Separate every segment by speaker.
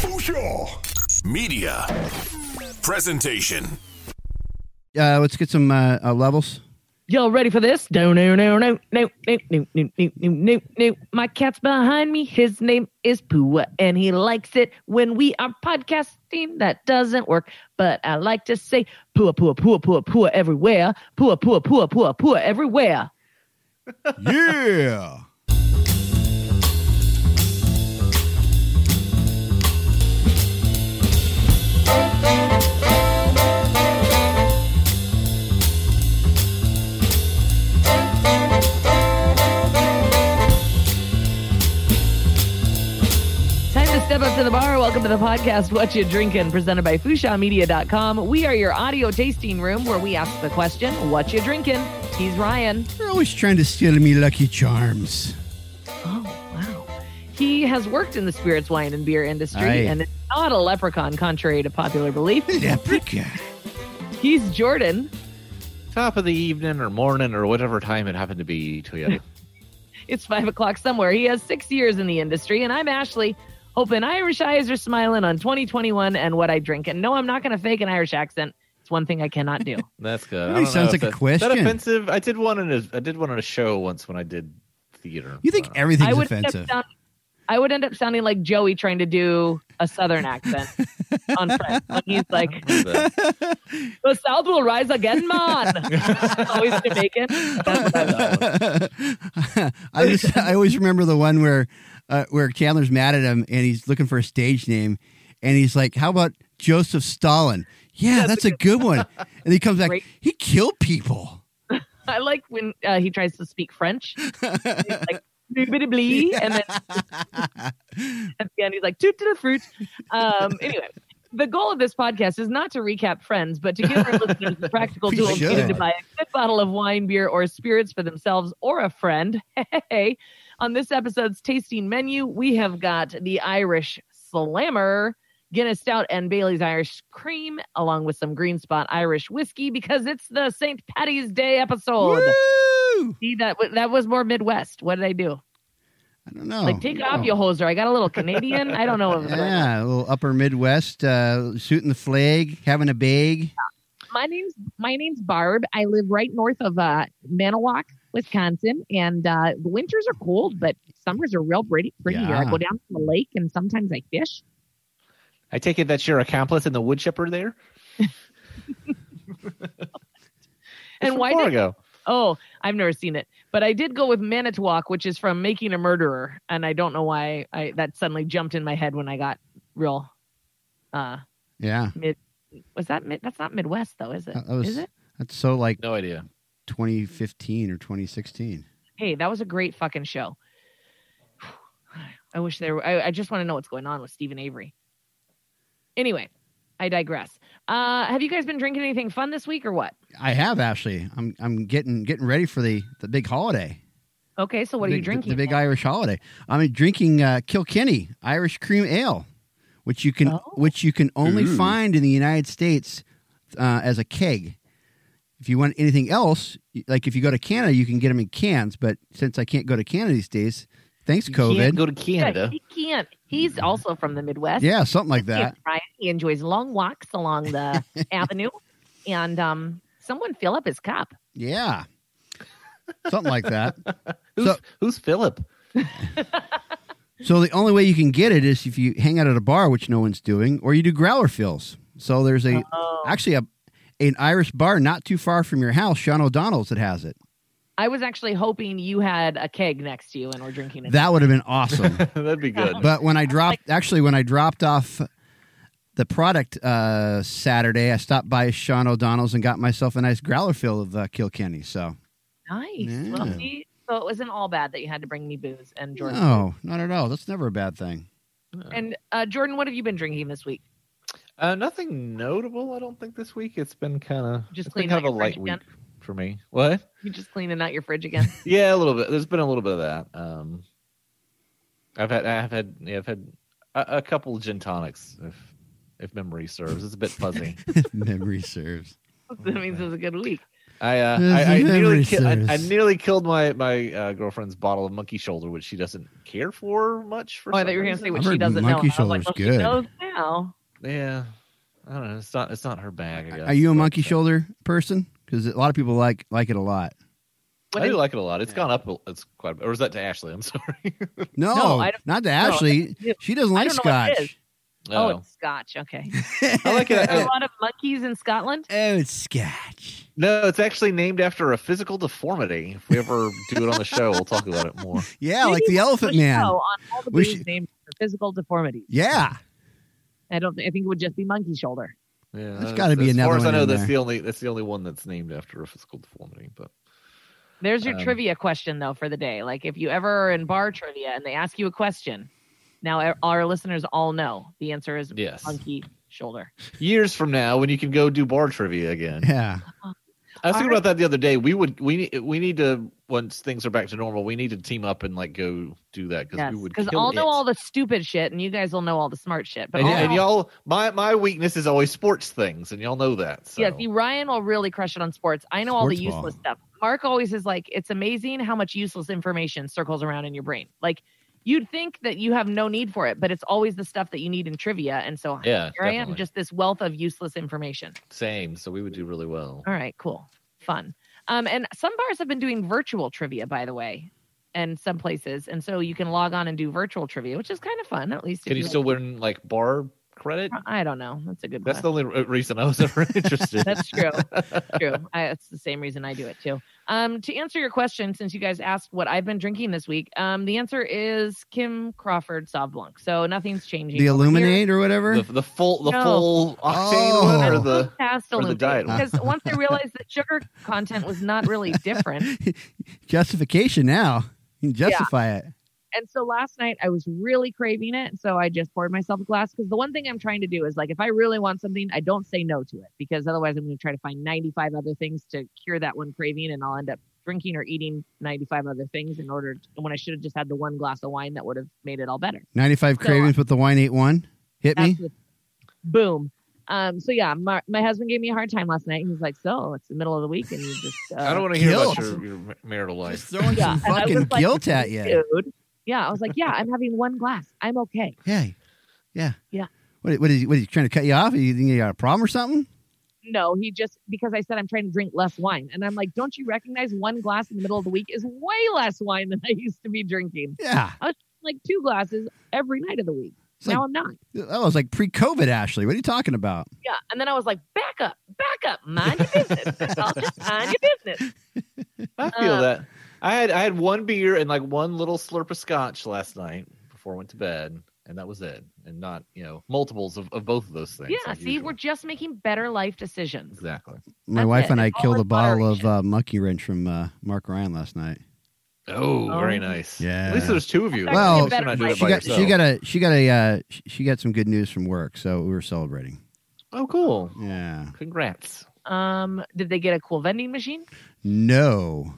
Speaker 1: Social.
Speaker 2: Media. Presentation.
Speaker 3: Uh, let's get some uh, uh, levels.
Speaker 4: Y'all ready for this? No, no, no, no, no, no, no, no, no, no, no. My cat's behind me. His name is Pua, and he likes it when we are podcasting. That doesn't work, but I like to say Pua, Pua, Pua, Pua, Pua everywhere. Pua, Pua, Pua, Pua, Pua everywhere.
Speaker 1: Yeah.
Speaker 4: Time to step up to the bar. Welcome to the podcast, What You Drinking, presented by FushaMedia.com. We are your audio tasting room where we ask the question, What You Drinking? He's Ryan.
Speaker 3: They're always trying to steal me Lucky Charms.
Speaker 4: Oh, wow. He has worked in the spirits, wine, and beer industry
Speaker 3: Aye.
Speaker 4: and is not a leprechaun, contrary to popular belief.
Speaker 3: Leprechaun.
Speaker 4: He's Jordan.
Speaker 5: top of the evening or morning or whatever time it happened to be to
Speaker 3: Hmm.
Speaker 5: you.
Speaker 4: It's five o'clock somewhere. He has six years in the industry, and I'm Ashley. Hoping Irish eyes are smiling on 2021 and what I drink. And no, I'm not going to fake an Irish accent. It's one thing I cannot do.
Speaker 5: That's good.
Speaker 3: That
Speaker 5: I don't know
Speaker 3: sounds like
Speaker 5: if
Speaker 3: a
Speaker 5: that's- That
Speaker 3: question.
Speaker 5: offensive? I did one in a I did one in a show once when I did theater. Uh,
Speaker 3: You think
Speaker 5: I don't know.
Speaker 3: everything's
Speaker 4: I would
Speaker 3: offensive?
Speaker 4: End up sound, I would end up sounding like Joey trying to do a Southern accent on Friends when he's like,
Speaker 5: But-
Speaker 4: "The South will rise again, man." Always Jamaican. That's what I was-
Speaker 3: I, just, I always remember the one where uh, where Chandler's mad at him and he's looking for a stage name, and he's like, "How about Joseph Stalin?" Yeah, that's, a good one. And he comes back,
Speaker 4: Great.
Speaker 3: he killed people.
Speaker 4: I like when uh, he tries to speak French. He's like, "Boobity-blee," and then at the end he's like, toot to the fruit. Um, anyway, the goal of this podcast is not to recap friends, but to give our listeners the practical
Speaker 3: We
Speaker 4: tools
Speaker 3: should.
Speaker 4: needed to buy a good bottle of wine, beer, or spirits for themselves or a friend. Hey, on this episode's tasting menu, we have got the Irish Slammer. Guinness Stout and Bailey's Irish Cream, along with some Green Spot Irish whiskey, because it's the St. Patty's Day episode.
Speaker 3: Woo!
Speaker 4: See that wa- that was more Midwest. What did I do?
Speaker 3: I don't know.
Speaker 4: like take
Speaker 3: No.
Speaker 4: off your hoser. I got a little Canadian. I don't know. What was going on.
Speaker 3: Oh, Yeah, a little upper Midwest, uh, shooting the flag, having a bag.
Speaker 4: My name's my name's Barb. I live right north of uh, Manawak, Wisconsin, and uh, the winters are cold, but summers are real pretty. Pretty here. I
Speaker 3: Yeah.
Speaker 4: go down to the lake and sometimes I fish.
Speaker 5: I take it that's your accomplice in the wood chipper there.
Speaker 4: And why did
Speaker 5: Fargo?
Speaker 4: oh I've never seen it, but I did go with Manitowoc, which is from Making a Murderer, and I don't know why I that suddenly jumped in my head when I got real. Uh,
Speaker 3: Yeah,
Speaker 4: was that mid, that's not Midwest though, is it?
Speaker 3: that was
Speaker 4: is it?
Speaker 3: that's so like
Speaker 5: No idea.
Speaker 3: 2015 or 2016.
Speaker 4: hey, that was a great fucking show. I wish there were, I, I just want to know what's going on with Stephen Avery. Anyway, I digress. Uh, have you guys been drinking anything fun this week or what?
Speaker 3: I have actually. I'm I'm getting getting ready for the the big holiday.
Speaker 4: Okay, so what
Speaker 3: The
Speaker 4: are you
Speaker 3: big- the-
Speaker 4: drinking?
Speaker 3: The, big Irish holiday. I'm drinking uh, Kilkenny Irish Cream Ale, which you can
Speaker 4: Oh.
Speaker 3: which you can only
Speaker 2: Ooh.
Speaker 3: find in the United States uh, as a keg. If you want anything else, y- like if you go to Canada, you can get them in cans. But since I can't go to Canada these days, thanks
Speaker 5: You
Speaker 3: COVID.
Speaker 5: can't go to
Speaker 4: yeah,
Speaker 5: Canada.
Speaker 4: he can't. He's also from the Midwest.
Speaker 3: yeah, something like that.
Speaker 4: Brian. He enjoys long walks along the avenue, and um, someone fill up his cup.
Speaker 3: Yeah, something like that.
Speaker 5: Who's
Speaker 3: So-
Speaker 5: who's Philip?
Speaker 3: So the only way you can get it is if you hang out at a bar, which no one's doing, or you do growler fills. So there's a
Speaker 4: Oh.
Speaker 3: actually a an Irish bar not too far from your house, Sean O'Donnell's that has it.
Speaker 4: I was actually hoping you had a keg next to you and we're drinking it.
Speaker 3: That would have been awesome.
Speaker 5: That'd be good.
Speaker 3: but when I dropped actually when I dropped off the product uh, Saturday, I stopped by Sean O'Donnell's and got myself a nice growler fill of uh, Kilkenny. So
Speaker 4: nice.
Speaker 3: Yeah.
Speaker 4: Well, see, so it wasn't all bad that you had to bring me booze and Jordan.
Speaker 3: no, not at all. That's never a bad thing.
Speaker 4: And uh, Jordan, what have you been drinking this week?
Speaker 5: Uh, nothing notable, I don't think this week. It's been kind of
Speaker 4: Just
Speaker 5: just been
Speaker 4: cleaning
Speaker 5: kind
Speaker 4: out
Speaker 5: of a
Speaker 4: your fridge
Speaker 5: light
Speaker 4: again?
Speaker 5: week for me. What?
Speaker 4: You just cleaning out your fridge again?
Speaker 5: Yeah, a little bit. There's been a little bit of that. Um, I've had, I've had, yeah, I've had a, a couple gin tonics, if if memory serves. It's a bit fuzzy.
Speaker 3: Memory serves.
Speaker 4: that means it was a good week.
Speaker 5: I, uh,
Speaker 3: Yes,
Speaker 5: I, I
Speaker 3: if memory
Speaker 5: nearly, ki- I, I
Speaker 3: serves.
Speaker 5: nearly killed my my uh, girlfriend's bottle of monkey shoulder, which she doesn't care for much. For
Speaker 4: Oh, I
Speaker 5: some
Speaker 4: Oh, thought you were going to
Speaker 5: reason.
Speaker 4: say what
Speaker 3: I've
Speaker 4: she
Speaker 3: heard
Speaker 4: doesn't know.
Speaker 3: monkey
Speaker 4: and I was
Speaker 3: shoulder's
Speaker 4: like, well,
Speaker 3: good.
Speaker 4: She knows now.
Speaker 5: Yeah, I don't know. It's not. It's not her bag. I guess.
Speaker 3: Are you a
Speaker 5: but,
Speaker 3: monkey
Speaker 5: uh,
Speaker 3: shoulder person? Because a lot of people like like it a lot.
Speaker 4: What
Speaker 5: I
Speaker 4: did-
Speaker 5: do like it a lot. It's
Speaker 4: Yeah.
Speaker 5: gone up. a- It's quite. A bit. Or is that to Ashley? I'm sorry.
Speaker 3: No,
Speaker 4: No, I don't-
Speaker 3: not to Ashley.
Speaker 4: do.
Speaker 3: she doesn't
Speaker 4: I
Speaker 3: like
Speaker 4: don't know what it
Speaker 3: scotch.
Speaker 4: oh,
Speaker 5: No.
Speaker 4: it's Scotch. Okay.
Speaker 5: I like
Speaker 4: There
Speaker 5: it.
Speaker 4: are a
Speaker 5: uh,
Speaker 4: lot of monkeys in Scotland.
Speaker 3: Oh, it's scotch.
Speaker 5: no, it's actually named after a physical deformity. If we ever do it on the show, we'll talk about it more.
Speaker 3: Yeah,
Speaker 4: We
Speaker 3: like
Speaker 4: need
Speaker 3: the
Speaker 4: to
Speaker 3: Elephant
Speaker 4: do a
Speaker 3: Man.
Speaker 4: show On all the
Speaker 3: We
Speaker 4: things
Speaker 3: should-
Speaker 4: named for physical deformities.
Speaker 3: Yeah,
Speaker 4: I don't. thi- I think it would just be monkey shoulder.
Speaker 5: Yeah,
Speaker 3: There's
Speaker 5: that's-
Speaker 3: gotta be
Speaker 5: as
Speaker 3: another
Speaker 5: far as
Speaker 3: one
Speaker 5: I know,
Speaker 3: in
Speaker 5: that's
Speaker 3: there.
Speaker 5: the only. That's the only one that's named after a physical deformity. But
Speaker 4: There's your
Speaker 5: Um,
Speaker 4: trivia question though for the day. Like if you ever are in bar trivia and they ask you a question, now e- our listeners all know the answer is
Speaker 5: yes,
Speaker 4: monkey shoulder.
Speaker 5: years from now, when you can go do bar trivia again,
Speaker 3: yeah.
Speaker 5: I was thinking
Speaker 4: Our-
Speaker 5: about that the other day. We would we need we need to once things are back to normal, we need to team up and like go do that because
Speaker 4: Yes,
Speaker 5: we would
Speaker 4: because
Speaker 5: kill
Speaker 4: I'll know
Speaker 5: it.
Speaker 4: all the stupid shit and you guys will know all the smart shit. But
Speaker 5: and,
Speaker 4: I'll
Speaker 5: and
Speaker 4: know-
Speaker 5: y'all, my my weakness is always sports things, and y'all know that. So.
Speaker 4: yeah, see, Ryan will really crush it on sports. I know all the
Speaker 1: Sports ball.
Speaker 4: useless stuff. Mark always is like, it's amazing how much useless information circles around in your brain. Like you'd think that you have no need for it, but it's always the stuff that you need in trivia. And so
Speaker 5: yeah,
Speaker 4: here I am,
Speaker 5: definitely.
Speaker 4: just this wealth of useless information.
Speaker 5: same. So we would do really well.
Speaker 4: All right, cool, fun. Um, and some bars have been doing virtual trivia, by the way, and some places, and so you can log on and do virtual trivia, which is kind of fun, at least. if
Speaker 5: Can you still win like bar credit?
Speaker 4: I don't know. That's a good.
Speaker 5: That's
Speaker 4: That's
Speaker 5: the only re- reason I was ever interested.
Speaker 4: Uh, That's true. That's true. I, that's the same reason I do it too. Um, to answer your question, since you guys asked what I've been drinking this week, um, the answer is Kim Crawford Sauv Blanc. So nothing's changing.
Speaker 3: The
Speaker 4: over here.
Speaker 3: Illuminate or whatever.
Speaker 5: the, the full the
Speaker 4: No.
Speaker 5: full octane
Speaker 3: Oh.
Speaker 5: one or
Speaker 4: I'm
Speaker 5: the
Speaker 4: past
Speaker 5: or the
Speaker 4: Illuminate,
Speaker 5: diet one.
Speaker 4: because once I realized that sugar content was not really different,
Speaker 3: Justification now. You can justify it.
Speaker 4: And so last night I was really craving it. So I just poured myself a glass because the one thing I'm trying to do is like, if I really want something, I don't say no to it because otherwise I'm going to try to find 95 other things to cure that one craving and I'll end up drinking or eating 95 other things in order to, when I should have just had the one glass of wine that would have made it all better.
Speaker 3: 95
Speaker 4: So, uh,
Speaker 3: cravings with the wine 8-1. Hit me.
Speaker 4: That's the- boom. Um, so yeah, my, my husband gave me a hard time last night. He was like, so it's the middle of the week and you just, uh,
Speaker 5: I don't want to hear about
Speaker 3: Guilt.
Speaker 5: your, your ma- marital
Speaker 3: Just
Speaker 5: life.
Speaker 3: throwing
Speaker 4: Yeah,
Speaker 3: some
Speaker 4: and I
Speaker 3: fucking
Speaker 4: was like,
Speaker 3: guilt at you.
Speaker 4: dude. Yeah. I was like, yeah, I'm having one glass. I'm okay.
Speaker 3: Hey. Yeah.
Speaker 4: Yeah.
Speaker 3: What, what, is, what is he trying to cut you off? You think you got a problem or something?
Speaker 4: no, he just because I said I'm trying to drink less wine. And I'm like, don't you recognize one glass in the middle of the week is way less wine than I used to be drinking?
Speaker 3: Yeah.
Speaker 4: Like two glasses every night of the week.
Speaker 3: It's
Speaker 4: now
Speaker 3: like-
Speaker 4: I'm not.
Speaker 3: That was like pre-COVID, Ashley. What are you talking about?
Speaker 4: Yeah. And then I was like, back up, back up, mind your business. I'll just mind your business.
Speaker 5: I feel
Speaker 4: Uh,
Speaker 5: that. I had I had one beer and like one little slurp of scotch last night before I went to bed, and that was it. And not you know multiples of, of both of those things.
Speaker 4: Yeah.
Speaker 5: as
Speaker 4: See,
Speaker 5: usual.
Speaker 4: we're just making better life decisions.
Speaker 5: exactly.
Speaker 3: My
Speaker 4: That's
Speaker 3: wife
Speaker 4: it.
Speaker 3: and I
Speaker 4: It's all
Speaker 3: killed
Speaker 4: in
Speaker 3: a bottle of
Speaker 4: moderation.
Speaker 3: uh, monkey wrench from uh, Mark Ryan last night.
Speaker 5: Oh,
Speaker 4: Oh.
Speaker 5: very nice.
Speaker 3: Yeah.
Speaker 5: At least there's two of you.
Speaker 4: That's
Speaker 3: Well,
Speaker 5: At least you're not doing it
Speaker 3: She
Speaker 5: by
Speaker 3: got she
Speaker 5: yourself.
Speaker 3: got a she got a uh, sh- she got some good news from work, so we were celebrating.
Speaker 5: Oh, cool.
Speaker 3: Yeah.
Speaker 5: Congrats.
Speaker 4: Um, did they get a cool vending machine?
Speaker 3: No.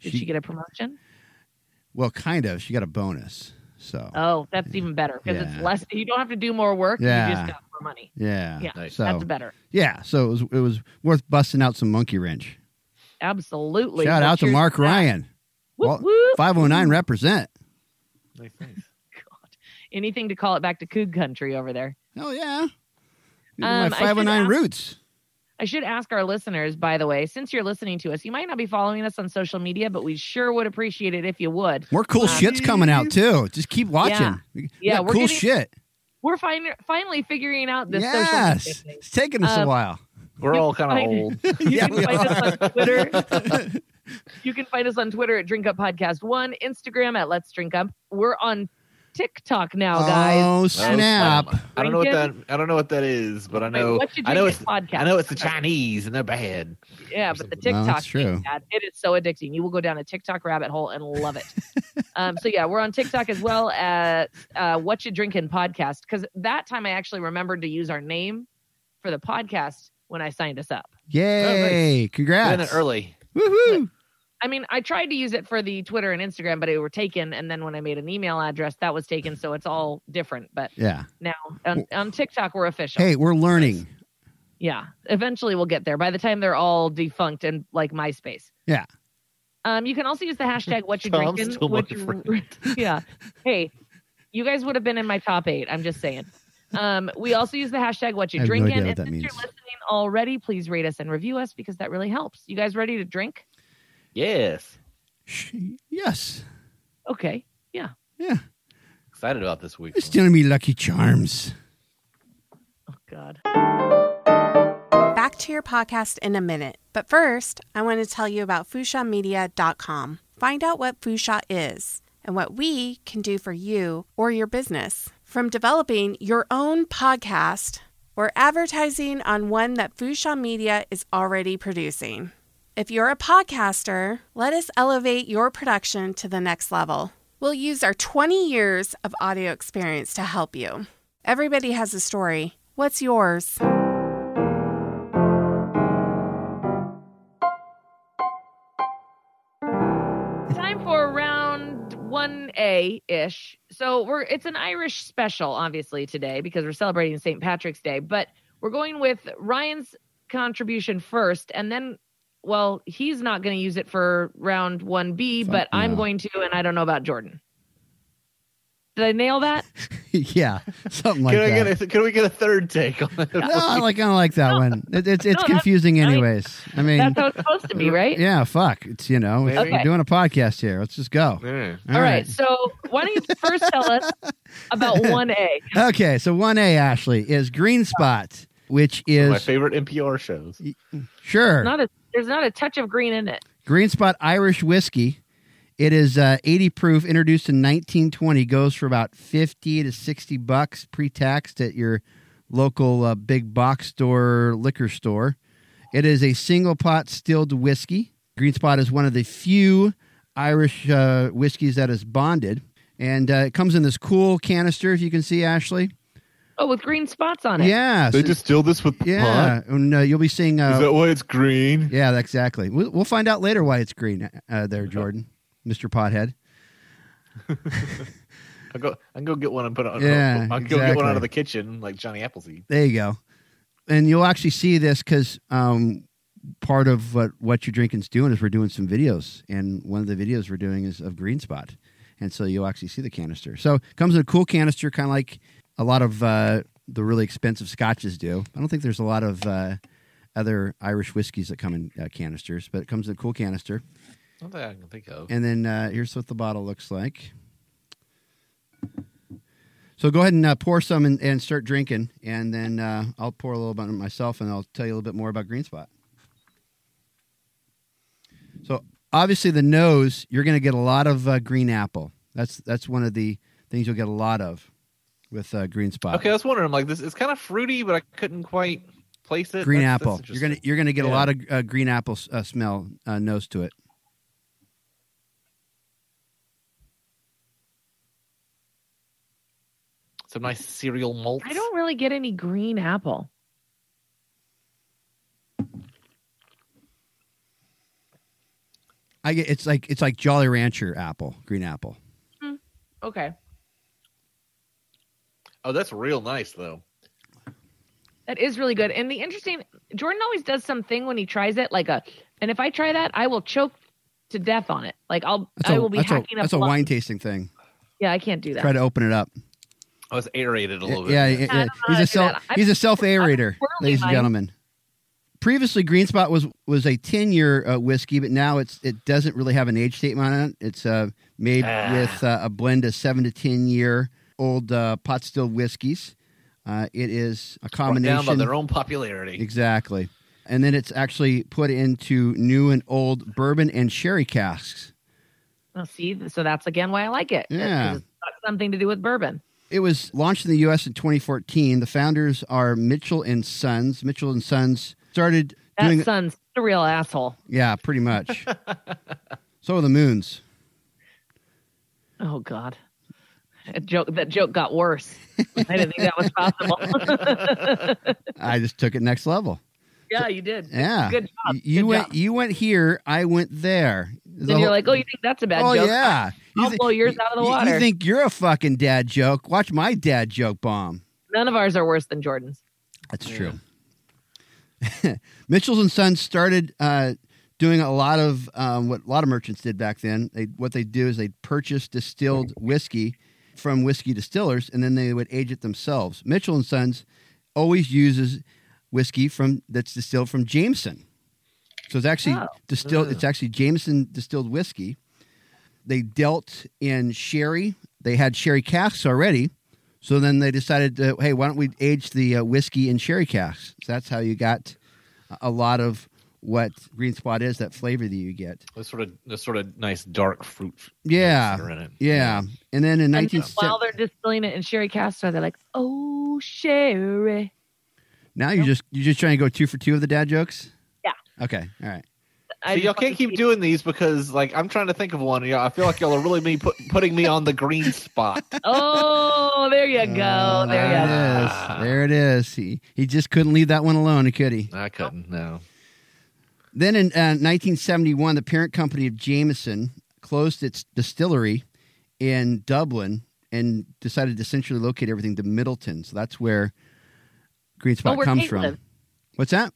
Speaker 4: Did she, get a promotion?
Speaker 3: well, kind of. She got a bonus. So
Speaker 4: Oh, that's even better because it's
Speaker 3: Yeah.
Speaker 4: less. You don't have to do more work. You
Speaker 3: Yeah. Oh.
Speaker 4: just got more money.
Speaker 3: yeah.
Speaker 4: Yeah.
Speaker 5: Nice.
Speaker 3: So
Speaker 4: That's better.
Speaker 3: yeah. So it was it was worth busting out some monkey wrench.
Speaker 4: Absolutely.
Speaker 3: Shout
Speaker 4: Well,
Speaker 3: out to
Speaker 4: cheers
Speaker 3: Mark
Speaker 4: that.
Speaker 3: Ryan.
Speaker 4: Whoop,
Speaker 3: Well,
Speaker 4: whoop.
Speaker 3: Five oh nine represent.
Speaker 5: Nice, nice.
Speaker 4: God. Anything to call it back to Coog Country over there.
Speaker 3: Oh yeah.
Speaker 4: Um,
Speaker 3: My
Speaker 4: I should
Speaker 3: five oh nine
Speaker 4: ask-
Speaker 3: roots.
Speaker 4: I should ask our listeners, by the way, since you're listening to us, you might not be following us on social media, but we sure would appreciate it if you would.
Speaker 3: More cool
Speaker 4: Um,
Speaker 3: shit's coming out too. Just keep watching.
Speaker 4: Yeah.
Speaker 3: We- we
Speaker 4: Yeah,
Speaker 3: got
Speaker 4: we're
Speaker 3: cool
Speaker 4: getting-
Speaker 3: shit.
Speaker 4: We're fin- finally figuring out this social media
Speaker 3: Yes,
Speaker 4: thing.
Speaker 3: it's taking us
Speaker 4: Um,
Speaker 3: a while.
Speaker 5: We're all kind of
Speaker 4: Fine.
Speaker 5: old.
Speaker 4: You
Speaker 3: Yeah,
Speaker 4: can
Speaker 3: we
Speaker 4: find us on Twitter. you can find us on Twitter at Drink Up Podcast One, Instagram at Let's Drink Up. We're on TikTok now, guys.
Speaker 3: Oh
Speaker 5: That was
Speaker 3: snap!
Speaker 5: fun. I don't know what that.
Speaker 4: Drinking.
Speaker 5: I don't know what that is, but I
Speaker 4: Wait,
Speaker 5: know.
Speaker 4: what you
Speaker 5: I know
Speaker 4: drink
Speaker 5: it's.
Speaker 4: is podcast.
Speaker 5: I know it's the Chinese, and they're bad.
Speaker 4: Yeah,
Speaker 5: or
Speaker 4: but the
Speaker 5: something.
Speaker 3: No,
Speaker 4: TikTok
Speaker 3: that's
Speaker 4: thing,
Speaker 3: true.
Speaker 4: Dad, it is so addicting. You will go down a TikTok rabbit hole and love it. um, so yeah, we're on TikTok as well as uh, What You Drinking podcast because that time I actually remembered to use our name for the podcast when I signed us up.
Speaker 3: Yay!
Speaker 5: Been
Speaker 3: Congrats!
Speaker 5: it early.
Speaker 3: Woohoo!
Speaker 4: I mean, I tried to use it for the Twitter and Instagram, but it were taken. And then when I made an email address, that was taken. So it's all different. But
Speaker 3: Yeah.
Speaker 4: now on, on TikTok, we're official.
Speaker 3: Hey, we're learning.
Speaker 4: Yeah. Eventually we'll get there by the time they're all defunct and like MySpace.
Speaker 3: Yeah.
Speaker 4: Um, you can also use the hashtag what you
Speaker 5: Tom's
Speaker 4: drinking.
Speaker 5: still my
Speaker 4: what you- yeah. Hey, you guys would have been in my top eight. I'm just saying. Um, we also use the hashtag what
Speaker 3: I
Speaker 4: you
Speaker 3: have
Speaker 4: drink
Speaker 3: no idea
Speaker 4: in.
Speaker 3: what
Speaker 4: If
Speaker 3: that
Speaker 4: since
Speaker 3: means.
Speaker 4: you're listening already, please rate us and review us because that really helps. You guys ready to drink?
Speaker 5: Yes.
Speaker 3: Sh- Yes.
Speaker 4: Okay. Yeah.
Speaker 3: Yeah.
Speaker 5: Excited about this week.
Speaker 3: It's gonna be Lucky Charms.
Speaker 4: Oh God.
Speaker 6: Back to your podcast in a minute. But first, I want to tell you about FushaMedia.com. Find out what Fusha is and what we can do for you or your business. From developing your own podcast or advertising on one that Fusha Media is already producing. If you're a podcaster, let us elevate your production to the next level. We'll use our 20 years of audio experience to help you. Everybody has a story. What's yours?
Speaker 4: Time for round one A ish. So we're it's an Irish special, obviously today because we're celebrating St. Patrick's Day. But we're going with Ryan's contribution first, and then well, he's not going to use it for round one B,
Speaker 3: Fuck
Speaker 4: but I'm
Speaker 3: no.
Speaker 4: going to, and I don't know about Jordan. Did I nail that?
Speaker 3: yeah. Something like
Speaker 5: Can, I
Speaker 3: that.
Speaker 5: get a, can we get a third take on it?
Speaker 3: No, I like I don't like that one. It, it's it's
Speaker 4: No, that's
Speaker 3: confusing,
Speaker 4: fine.
Speaker 3: anyways. I mean,
Speaker 4: That's how it's supposed to be, right?
Speaker 3: yeah, fuck. It's you know, it's-
Speaker 5: Okay.
Speaker 3: we're doing a podcast here. Let's just go.
Speaker 5: Yeah.
Speaker 4: All right. So why don't you first tell us about one A?
Speaker 3: right. Okay, so one A Ashley is Green Spot, which is
Speaker 5: My favorite NPR shows.
Speaker 3: sure
Speaker 4: Not a there's not a touch of green in it.
Speaker 3: Green Spot Irish whiskey. It is uh, 80 proof, introduced in 1920, goes for about 50 to 60 bucks pre-taxed at your local uh, big box store liquor store. It is a single pot stilled whiskey. Green Spot is one of the few Irish uh, whiskeys that is bonded, and uh, it comes in this cool canister. If you can see, Ashley,
Speaker 4: Oh, with green spots on it.
Speaker 3: yeah, so-
Speaker 5: distill this with
Speaker 3: yeah, and uh, you'll be seeing. Uh,
Speaker 5: why it's green?
Speaker 3: yeah, exactly. We'll, we'll find out later why it's green uh, there, Jordan, Mr. Pothead.
Speaker 5: I'll go. I can go get one and put it on.
Speaker 3: Yeah,
Speaker 5: I'll go get one out
Speaker 3: exactly.
Speaker 5: of the kitchen, like Johnny Appleseed.
Speaker 3: There you go. And you'll actually see this because um, part of what what you're drinking's doing is we're doing some videos, and one of the videos we're doing is of Green Spot, and so you'll actually see the canister. So it comes in a cool canister, kind of like a lot of uh, the really expensive scotches do. I don't think there's a lot of uh, other Irish whiskeys that come in uh, canisters, but it comes in a cool canister.
Speaker 5: Not that I can think of.
Speaker 3: And then uh, here's what the bottle looks like. So go ahead and uh, pour some and, and start drinking, and then uh, I'll pour a little bit myself, and I'll tell you a little bit more about Green Spot. So obviously, the nose you're going to get a lot of uh, green apple. That's that's one of the things you'll get a lot of with uh, Green Spot.
Speaker 5: Okay, I was wondering. I'm like, this it's kind of fruity, but I couldn't quite place it.
Speaker 3: green
Speaker 5: That's- that's
Speaker 3: apple. you're gonna
Speaker 5: interesting.
Speaker 3: you're gonna get a
Speaker 5: Yeah.
Speaker 3: lot of uh, green apple s- uh, smell uh, nose to it.
Speaker 5: some nice cereal malt.
Speaker 4: I don't really get any green apple.
Speaker 3: I get it's like it's like Jolly Rancher apple, green apple.
Speaker 4: Okay.
Speaker 5: Oh, that's real nice though.
Speaker 4: That is really good. And the interesting Jordan always does something when he tries it, like a and if I try that, I will choke to death on it. Like I'll
Speaker 3: That's
Speaker 4: I
Speaker 3: a-
Speaker 4: will be
Speaker 3: that's a-
Speaker 4: hacking up.
Speaker 3: That's a
Speaker 4: lungs.
Speaker 3: wine tasting thing.
Speaker 4: Yeah, I can't do that.
Speaker 3: Try to open it up.
Speaker 5: Oh, it's aerated a
Speaker 3: Yeah,
Speaker 5: little
Speaker 3: yeah,
Speaker 5: bit.
Speaker 3: yeah.
Speaker 4: I don't know how
Speaker 3: He's
Speaker 4: to do
Speaker 3: a self
Speaker 4: that. I-
Speaker 3: he's a self aerator,
Speaker 4: swirling
Speaker 3: ladies and
Speaker 4: mine.
Speaker 3: gentlemen. Previously, Green Spot was was a ten year uh, whiskey, but now it's it doesn't really have an age statement on it. It's uh, made
Speaker 5: Ah.
Speaker 3: with uh, a blend of seven to ten year old uh, pot stilled whiskeys. Uh, it is a
Speaker 5: Brought down by
Speaker 3: combination.
Speaker 5: their own popularity.
Speaker 3: Exactly. And then it's actually put into new and old bourbon and sherry casks.
Speaker 4: Oh, see, so that's again why I like it.
Speaker 3: Yeah.
Speaker 4: 'Cause It's got something to do with bourbon.
Speaker 3: It was launched in the U.S. in 2014. The founders are Mitchell and Sons. Mitchell and Sons started
Speaker 4: That
Speaker 3: doing,
Speaker 4: son's a real asshole.
Speaker 3: yeah, pretty much. so are the Moons.
Speaker 4: Oh God. That joke that joke got worse. I didn't think that was possible.
Speaker 3: I just took it next level.
Speaker 4: yeah, you did.
Speaker 3: Yeah,
Speaker 4: Good job.
Speaker 3: Y- You
Speaker 4: Good
Speaker 3: went,
Speaker 4: job.
Speaker 3: you went here. I went there.
Speaker 4: And you're like, oh, you think that's a bad
Speaker 3: oh
Speaker 4: joke?
Speaker 3: yeah,
Speaker 4: I'll blow yours out of the
Speaker 3: you- You
Speaker 4: water.
Speaker 3: think you're a fucking dad joke? Watch my dad joke bomb.
Speaker 4: None of ours are worse than Jordan's.
Speaker 3: That's true. Mitchell's and Sons started uh, doing a lot of um, what a lot of merchants did back then. They, what they do is they purchase distilled whiskey from whiskey distillers, and then they would age it themselves. Mitchell and Sons always uses whiskey from that's distilled from Jameson. So it's actually
Speaker 4: Oh.
Speaker 3: distilled. It's actually Jameson distilled whiskey. They dealt in sherry. They had sherry casks already, so then they decided, to, hey, why don't we age the uh, whiskey in sherry casks? So that's how you got a- a lot of what Green Spot is that flavor that you get.
Speaker 5: This sort of this sort of nice dark fruit. notes
Speaker 3: Yeah.
Speaker 5: that are in it.
Speaker 3: Yeah, and then in
Speaker 4: And uh,
Speaker 3: nineteen
Speaker 4: then while they're distilling it in sherry castor, they're like, "Oh, sherry."
Speaker 3: now you just you just trying to go two for two of the dad jokes.
Speaker 4: Yeah.
Speaker 3: Okay. All right.
Speaker 5: See, y'all
Speaker 4: just
Speaker 5: can't
Speaker 4: wanna
Speaker 5: keep
Speaker 4: see-
Speaker 5: doing these because, like, I'm trying to think of one. Y'all, I feel like y'all are really me put, putting me on the green spot.
Speaker 4: Oh, there you
Speaker 3: Uh,
Speaker 4: go. There you go.
Speaker 3: it is. There it is. He he just couldn't leave that one alone, could he?
Speaker 5: I couldn't. No.
Speaker 3: Then in uh, 1971, the parent company of Jameson closed its distillery in Dublin and decided to essentially locate everything to Middleton. So that's where Green Spot
Speaker 4: Oh, where
Speaker 3: comes
Speaker 4: Kate
Speaker 3: from.
Speaker 4: lives.
Speaker 3: What's that?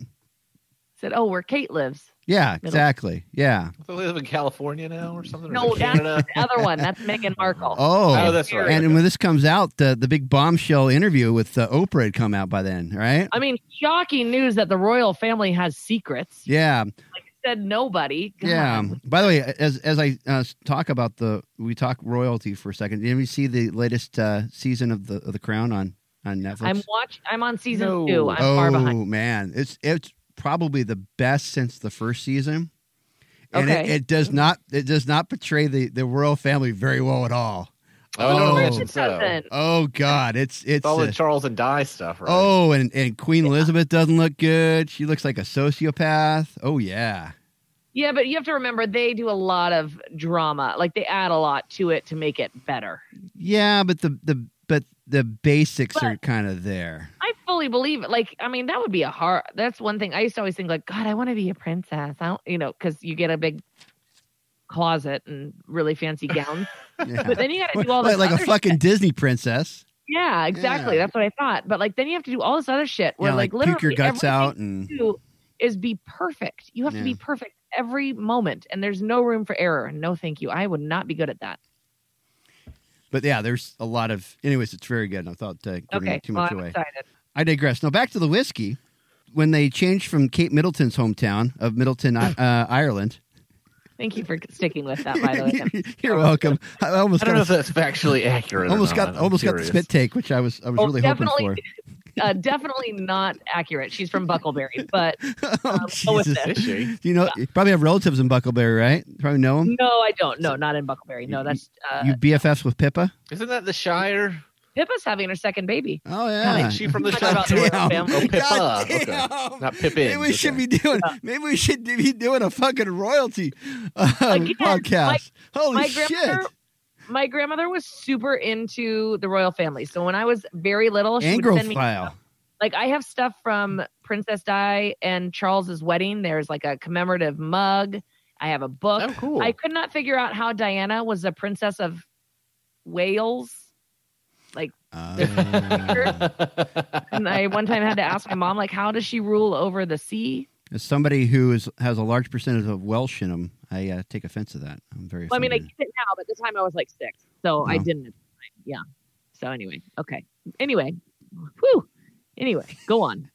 Speaker 4: Said, "Oh, where Kate lives."
Speaker 3: Yeah,
Speaker 4: Middle-
Speaker 3: exactly. Yeah.
Speaker 5: I live in California now or something. or
Speaker 4: No,
Speaker 5: is it
Speaker 4: that's
Speaker 5: Canada?
Speaker 4: the other one. That's Meghan Markle.
Speaker 3: Oh.
Speaker 5: Oh, that's right.
Speaker 3: and when this comes out, the, the big bombshell interview with uh, Oprah had come out by then, right?
Speaker 4: I mean, shocking news that the royal family has secrets.
Speaker 3: Yeah.
Speaker 4: Said nobody. God.
Speaker 3: Yeah. By the way, as as I uh, s- talk about the we talk royalty for a second. Did you see the latest uh, season of the of the Crown on on Netflix?
Speaker 4: I'm watch. I'm on season
Speaker 5: No.
Speaker 4: two. I'm
Speaker 3: oh
Speaker 4: far behind.
Speaker 3: man, it's it's probably the best since the first season, and
Speaker 4: Okay.
Speaker 3: it, it does not it does not portray the the royal family very well at all.
Speaker 5: I would
Speaker 3: Oh.
Speaker 5: imagine
Speaker 4: It
Speaker 5: so.
Speaker 4: doesn't.
Speaker 3: Oh God, it's it's.
Speaker 5: uh, It's all
Speaker 3: a-
Speaker 5: the Charles and Di stuff, right?
Speaker 3: Oh, and, and Queen Elizabeth doesn't look good. She looks like a sociopath. Oh yeah,
Speaker 4: Yeah, but you have to remember they do a lot of drama. Like they add a lot to it to make it better.
Speaker 3: yeah, but the the but the basics are kind of there.
Speaker 4: I fully believe it. Like, I mean, that would be a hard. That's one thing I used to always think, like, God, I want to be a princess. I don't, you know, because you get a big closet and really fancy gowns.
Speaker 3: Yeah.
Speaker 4: but then you got to do all
Speaker 3: like,
Speaker 4: this
Speaker 3: like a
Speaker 4: other
Speaker 3: fucking
Speaker 4: shit.
Speaker 3: Disney princess.
Speaker 4: Yeah, exactly.
Speaker 3: Yeah.
Speaker 4: That's what I thought. But like, then you have to do all this other shit where,
Speaker 3: yeah,
Speaker 4: like,
Speaker 3: like,
Speaker 4: literally,
Speaker 3: puke your guts
Speaker 4: everything
Speaker 3: out and
Speaker 4: you do is be perfect. You have to
Speaker 3: Yeah.
Speaker 4: be perfect every moment, and there's no room for error. No, thank you. I would not be good at that.
Speaker 3: but yeah, there's a lot of anyways. It's very good. And I thought uh, giving
Speaker 4: Okay,
Speaker 3: too
Speaker 4: well,
Speaker 3: much
Speaker 4: I'm
Speaker 3: away.
Speaker 4: excited.
Speaker 3: I digress. Now back to the whiskey. When they changed from Kate Middleton's hometown of Middleton, I- uh, Ireland.
Speaker 4: Thank you for sticking with that. By the way,
Speaker 3: You're welcome. I almost
Speaker 5: I don't know
Speaker 3: got
Speaker 5: if that's factually accurate. or
Speaker 3: almost
Speaker 5: not.
Speaker 3: got
Speaker 5: I'm
Speaker 3: almost got
Speaker 5: curious.
Speaker 3: the spit take, which I was I was
Speaker 4: Oh,
Speaker 3: really hoping for.
Speaker 4: definitely. uh, definitely not accurate. She's from Buckleberry, but
Speaker 3: oh,
Speaker 4: go with
Speaker 3: Jesus.
Speaker 4: that.
Speaker 5: Is she?
Speaker 3: Do you know you probably have relatives in Buckleberry, right? Probably know them.
Speaker 4: no, I don't. No, not in Buckleberry. No, that's uh,
Speaker 3: you BFFs with Pippa?
Speaker 5: Isn't that the Shire?
Speaker 4: Pippa's having her second baby.
Speaker 3: Oh
Speaker 5: God,
Speaker 3: yeah.
Speaker 5: ain't she from the
Speaker 4: Talk
Speaker 5: Shire?
Speaker 4: about the royal
Speaker 3: Damn.
Speaker 4: family.
Speaker 5: Oh, Pippa.
Speaker 3: God
Speaker 5: Okay.
Speaker 3: damn.
Speaker 5: Not Pippin.
Speaker 3: Maybe we should
Speaker 5: Okay.
Speaker 3: be doing. Maybe we should be doing a fucking royalty uh,
Speaker 4: Again,
Speaker 3: podcast. Holy
Speaker 4: my
Speaker 3: shit!
Speaker 4: grandmother, my grandmother was super into the royal family. So when I was very little, she would send me
Speaker 3: Angrophile.
Speaker 4: like I have stuff from Princess Di and Charles's wedding. There's like a commemorative mug. I have a book.
Speaker 5: Oh, cool.
Speaker 4: I could not figure out how Diana was a princess of Wales.
Speaker 5: Ah.
Speaker 3: Uh,
Speaker 4: And I one time had to ask my mom, like, how does she rule over the sea?
Speaker 3: as somebody who is has a large percentage of Welsh in them, I uh, take offense to that. I'm very.
Speaker 4: Well, I mean, I
Speaker 3: offended.
Speaker 4: get it now, but at the time I was like six, so I
Speaker 3: Oh.
Speaker 4: didn't. at the time. Yeah. So anyway, okay. Anyway, whew. Anyway, go on.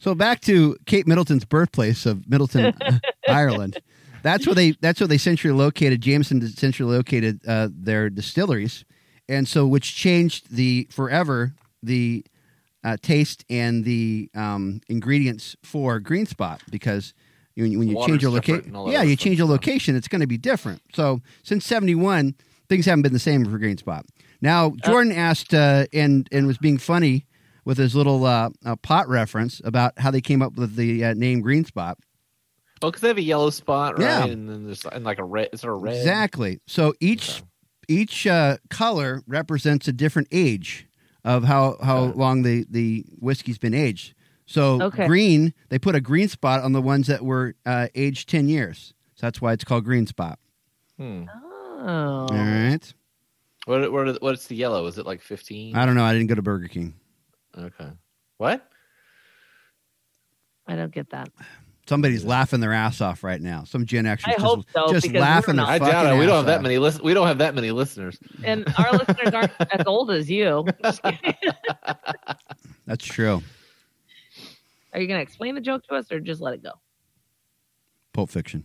Speaker 3: so back to Kate Middleton's birthplace of Middleton, Ireland. That's where they. That's where they centrally located. Jameson centrally located uh, their distilleries, and so which changed the forever the uh, taste and the um, ingredients for Green Spot because when you, when you
Speaker 5: Water's
Speaker 3: change your
Speaker 5: different
Speaker 3: location,
Speaker 5: and all that
Speaker 3: yeah,
Speaker 5: other
Speaker 3: you
Speaker 5: stuff,
Speaker 3: change your
Speaker 5: so.
Speaker 3: location, it's going to be different. So since '71, things haven't been the same for Green Spot. Now Jordan asked uh, and and was being funny with his little uh, uh, pot reference about how they came up with the uh, name Green Spot.
Speaker 5: Oh, because they have a yellow spot, right?
Speaker 3: Yeah.
Speaker 5: And then there's and like a red. Is there a red?
Speaker 3: Exactly. So each
Speaker 5: Okay.
Speaker 3: each uh, color represents a different age of how how
Speaker 5: Okay.
Speaker 3: long the the whiskey's been aged. So
Speaker 4: Okay.
Speaker 3: green, they put a green spot on the ones that were uh, aged ten years. So that's why it's called green spot.
Speaker 5: Hmm.
Speaker 4: Oh,
Speaker 3: All right.
Speaker 5: What, what are- what's the yellow? Is it like 15?
Speaker 3: I don't know. I didn't go to Burger King.
Speaker 5: Okay. What?
Speaker 4: I don't get that.
Speaker 3: Somebody's laughing their ass off right now. Some Gen Xers
Speaker 4: I
Speaker 3: just,
Speaker 4: hope so,
Speaker 3: just
Speaker 4: because
Speaker 3: laughing their
Speaker 4: we're not.
Speaker 5: I
Speaker 3: fucking
Speaker 5: doubt it. We don't have
Speaker 3: ass
Speaker 5: that
Speaker 3: off.
Speaker 5: many. List- we don't have that many listeners.
Speaker 4: And our listeners aren't as old as you. Just kidding.
Speaker 3: That's true.
Speaker 4: Are you going to explain the joke to us or just let it go?
Speaker 3: Pulp Fiction.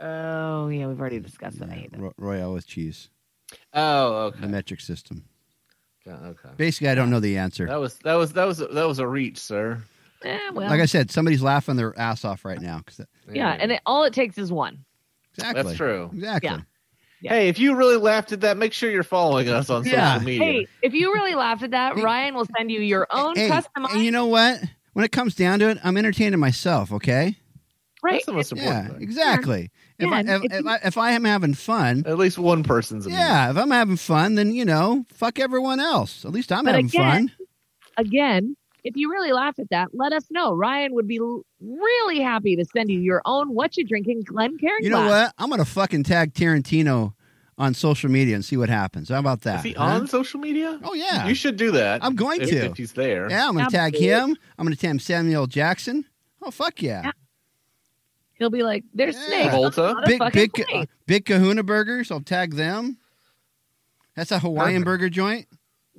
Speaker 4: Oh, yeah, we've already discussed that. I hate that.
Speaker 3: Ro- Royale with cheese.
Speaker 5: Oh,
Speaker 3: The
Speaker 5: okay.
Speaker 3: metric system.
Speaker 5: Okay.
Speaker 3: Basically, I don't know the answer.
Speaker 5: That was that was that was that was a reach, sir.
Speaker 4: Eh, well,
Speaker 3: Like I said, somebody's laughing their ass off right now. 'cause that-
Speaker 4: yeah, and it, all it takes is one.
Speaker 3: exactly.
Speaker 5: That's true.
Speaker 3: Exactly.
Speaker 4: Yeah. Yeah.
Speaker 5: Hey, if you really laughed at that, make sure you're following us on
Speaker 3: Yeah.
Speaker 5: social media.
Speaker 4: Hey, if you really laughed at that, Ryan will send you your own
Speaker 3: Hey,
Speaker 4: customized.
Speaker 3: and you know what? When it comes down to it, I'm entertaining myself. Okay.
Speaker 4: right?
Speaker 5: That's the most important
Speaker 3: Yeah.
Speaker 5: thing.
Speaker 3: Exactly. If,
Speaker 4: Yeah,
Speaker 3: I,
Speaker 4: and
Speaker 3: if,
Speaker 4: if
Speaker 3: if
Speaker 4: you-
Speaker 3: I if I am having fun,
Speaker 5: At least one person's. amused.
Speaker 3: yeah. If I'm having fun, then you know, fuck everyone else. At least I'm
Speaker 4: But
Speaker 3: having
Speaker 4: again-
Speaker 3: fun.
Speaker 4: Again, if you really laughed at that, let us know. Ryan would be l- really happy to send you your own what you drinking Glen Cairn
Speaker 3: You know what? I'm gonna fucking tag Tarantino on social media and see what happens. How about that?
Speaker 5: Is he
Speaker 3: huh?
Speaker 5: on social media?
Speaker 3: Oh yeah.
Speaker 5: You should do that.
Speaker 3: I'm going
Speaker 5: if,
Speaker 3: to.
Speaker 5: If he's there.
Speaker 3: Yeah, I'm gonna tag
Speaker 4: Absolutely.
Speaker 3: him. I'm gonna tag Samuel Jackson. Oh fuck yeah!
Speaker 4: He'll be like, "There's
Speaker 3: Yeah.
Speaker 4: snakes." on
Speaker 5: Volta?
Speaker 4: the
Speaker 3: Big
Speaker 4: fucking
Speaker 3: big
Speaker 4: plate."
Speaker 3: uh, big Kahuna Burgers. I'll tag them. That's a Hawaiian
Speaker 5: Perfect.
Speaker 3: burger joint.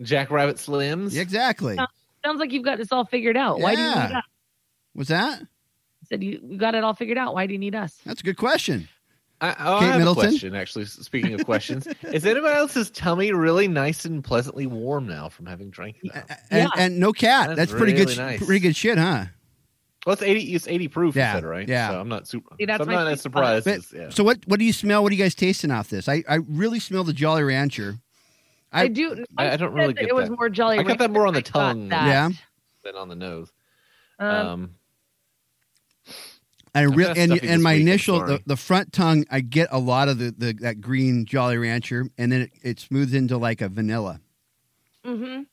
Speaker 5: Jackrabbit Slims.
Speaker 3: Yeah, exactly.
Speaker 4: Yeah. Sounds like you've got this all figured out. Why do you need
Speaker 3: Yeah.
Speaker 4: us? I
Speaker 3: What's that?
Speaker 4: said you you got it all figured out. Why do you need us?
Speaker 3: That's a good question.
Speaker 5: I, oh,
Speaker 3: Kate
Speaker 5: I have
Speaker 3: Middleton?
Speaker 5: a question. Actually, s- speaking of questions, is anyone else's tummy really nice and pleasantly warm now from having drank? Now?
Speaker 3: And,
Speaker 4: Yeah.
Speaker 3: and no cat.
Speaker 5: That's
Speaker 3: That's, pretty good.
Speaker 5: really
Speaker 3: sh-
Speaker 5: nice.
Speaker 3: Pretty good shit, huh?
Speaker 5: Well, it's eighty. It's eighty proof.
Speaker 3: Yeah,
Speaker 5: You said right.
Speaker 3: yeah.
Speaker 5: So I'm not super.
Speaker 4: See, that's
Speaker 5: so I'm
Speaker 4: my
Speaker 5: not
Speaker 4: sweet
Speaker 5: as
Speaker 4: spot.
Speaker 5: surprised.
Speaker 3: But-
Speaker 5: as- yeah.
Speaker 3: So what? What do you smell? What are you guys tasting off this? I, I really smell the Jolly Rancher.
Speaker 4: I,
Speaker 3: I-
Speaker 4: do.
Speaker 5: I- I don't
Speaker 4: said
Speaker 5: really
Speaker 4: that
Speaker 5: get
Speaker 4: It was
Speaker 5: that.
Speaker 4: more jolly.
Speaker 5: I got that
Speaker 4: Rancher
Speaker 5: more on the
Speaker 4: than I thought
Speaker 5: tongue.
Speaker 4: that.
Speaker 3: Yeah.
Speaker 5: Than on the nose.
Speaker 4: Um,
Speaker 5: um
Speaker 3: I
Speaker 5: I'm
Speaker 3: real
Speaker 5: kinda
Speaker 3: and
Speaker 5: stuffy
Speaker 3: and
Speaker 5: this
Speaker 3: my
Speaker 5: week, I'm
Speaker 3: initial the,
Speaker 5: sorry.
Speaker 3: the front tongue. I get a lot of the, the that green Jolly Rancher, and then it, it smooths into like a vanilla.
Speaker 4: mhm.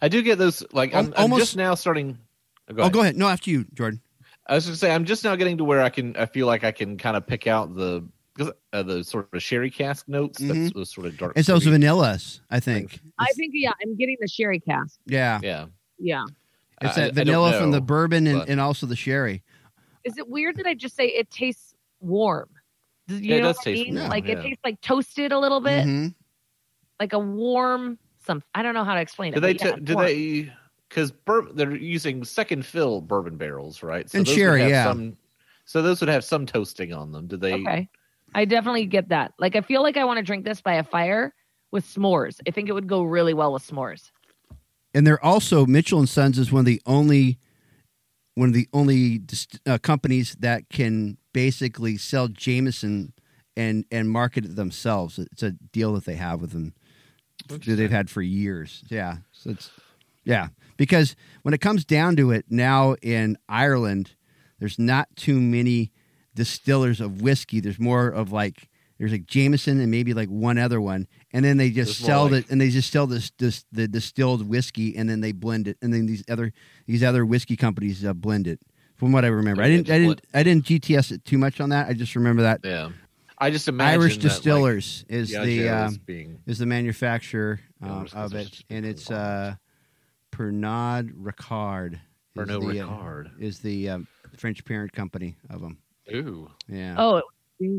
Speaker 5: I do get those. Like I'm,
Speaker 3: Al-
Speaker 5: I'm
Speaker 3: almost-
Speaker 5: just now starting. Go
Speaker 3: oh,
Speaker 5: ahead.
Speaker 3: go ahead. No, after you, Jordan.
Speaker 5: I was going to say I'm just now getting to where I can. I feel like I can kind of pick out the 'cause, uh, the sort of sherry cask notes. That's
Speaker 3: Mm-hmm.
Speaker 5: those sort of dark.
Speaker 3: It's those
Speaker 5: fruity-
Speaker 3: vanillas, I think.
Speaker 4: I think yeah, I'm getting the sherry cast.
Speaker 3: Yeah,
Speaker 5: Yeah.
Speaker 4: Yeah.
Speaker 3: it's
Speaker 5: I- I
Speaker 3: that
Speaker 5: don't
Speaker 3: vanilla from
Speaker 5: know,
Speaker 3: the bourbon and,
Speaker 5: but-
Speaker 3: and also the sherry.
Speaker 4: Is it weird that I just say it tastes warm? Do you
Speaker 5: Yeah, it
Speaker 4: know
Speaker 5: does
Speaker 4: what I
Speaker 5: taste
Speaker 4: mean?
Speaker 5: warm,
Speaker 4: like it
Speaker 5: yeah.
Speaker 4: tastes like toasted a little bit,
Speaker 3: hmm
Speaker 4: like a warm something. I don't know how to explain it.
Speaker 5: Do they?
Speaker 4: but yeah,
Speaker 5: t- do
Speaker 4: warm.
Speaker 5: they? Because bur- they're using second fill bourbon barrels, right?
Speaker 3: And
Speaker 5: those would
Speaker 3: sherry,
Speaker 5: have
Speaker 3: yeah.
Speaker 5: Some, so those would have some toasting on them. Do they?
Speaker 4: Okay. I definitely get that. Like I feel like I want to drink this by a fire with s'mores. I think it would go really well with s'mores.
Speaker 3: And they're also Mitchell and Sons is one of the only one of the only dist- uh, companies that can basically sell Jameson and and market it themselves. It's a deal that they have with them that they've had for years. Yeah, so it's yeah because when it comes down to it, now in Ireland, there's not too many distillers of whiskey. There's more of like there's like Jameson and maybe like one other one, and then they just
Speaker 5: There's more
Speaker 3: sell
Speaker 5: like-
Speaker 3: it and they just sell this this the distilled whiskey and then they blend it and then these other these other whiskey companies uh, blend it. From what I remember, I
Speaker 5: Yeah,
Speaker 3: didn't
Speaker 5: just
Speaker 3: I
Speaker 5: blend-
Speaker 3: didn't I didn't GTS it too much on that. I just remember that
Speaker 5: Yeah. I just imagine
Speaker 3: Irish
Speaker 5: that,
Speaker 3: Distillers
Speaker 5: like,
Speaker 3: is the
Speaker 5: Diageo
Speaker 3: um,
Speaker 5: is being
Speaker 3: is the manufacturer
Speaker 5: Yeah,
Speaker 3: um,
Speaker 5: just 'cause
Speaker 3: of
Speaker 5: it's
Speaker 3: it,
Speaker 5: just a
Speaker 3: and it's uh,
Speaker 5: conglomerate.
Speaker 3: Pernod Ricard. is
Speaker 5: Pernod
Speaker 3: the, uh,
Speaker 5: Ricard.
Speaker 3: is the um, French parent company of them.
Speaker 5: Ooh,
Speaker 3: Yeah.
Speaker 4: Oh, it was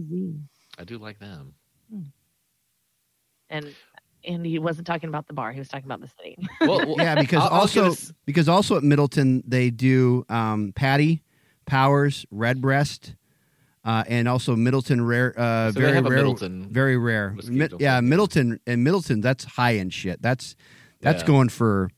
Speaker 4: Jay-Z.
Speaker 5: I do like them.
Speaker 4: and and he wasn't talking about the bar. He was talking about the city.
Speaker 5: Well, well,
Speaker 3: yeah, because
Speaker 5: I- I was
Speaker 3: also uh,
Speaker 5: gonna s-
Speaker 3: because also at Middleton they do um, Patty Powers Redbreast. Uh, and also Middleton rare, uh,
Speaker 5: So they
Speaker 3: very
Speaker 5: have a
Speaker 3: rare,
Speaker 5: Middleton
Speaker 3: very rare.
Speaker 5: whiskey,
Speaker 3: Mi-
Speaker 5: don't
Speaker 3: yeah,
Speaker 5: they?
Speaker 3: Middleton and Middleton. That's high end shit. That's that's
Speaker 5: Yeah.
Speaker 3: going for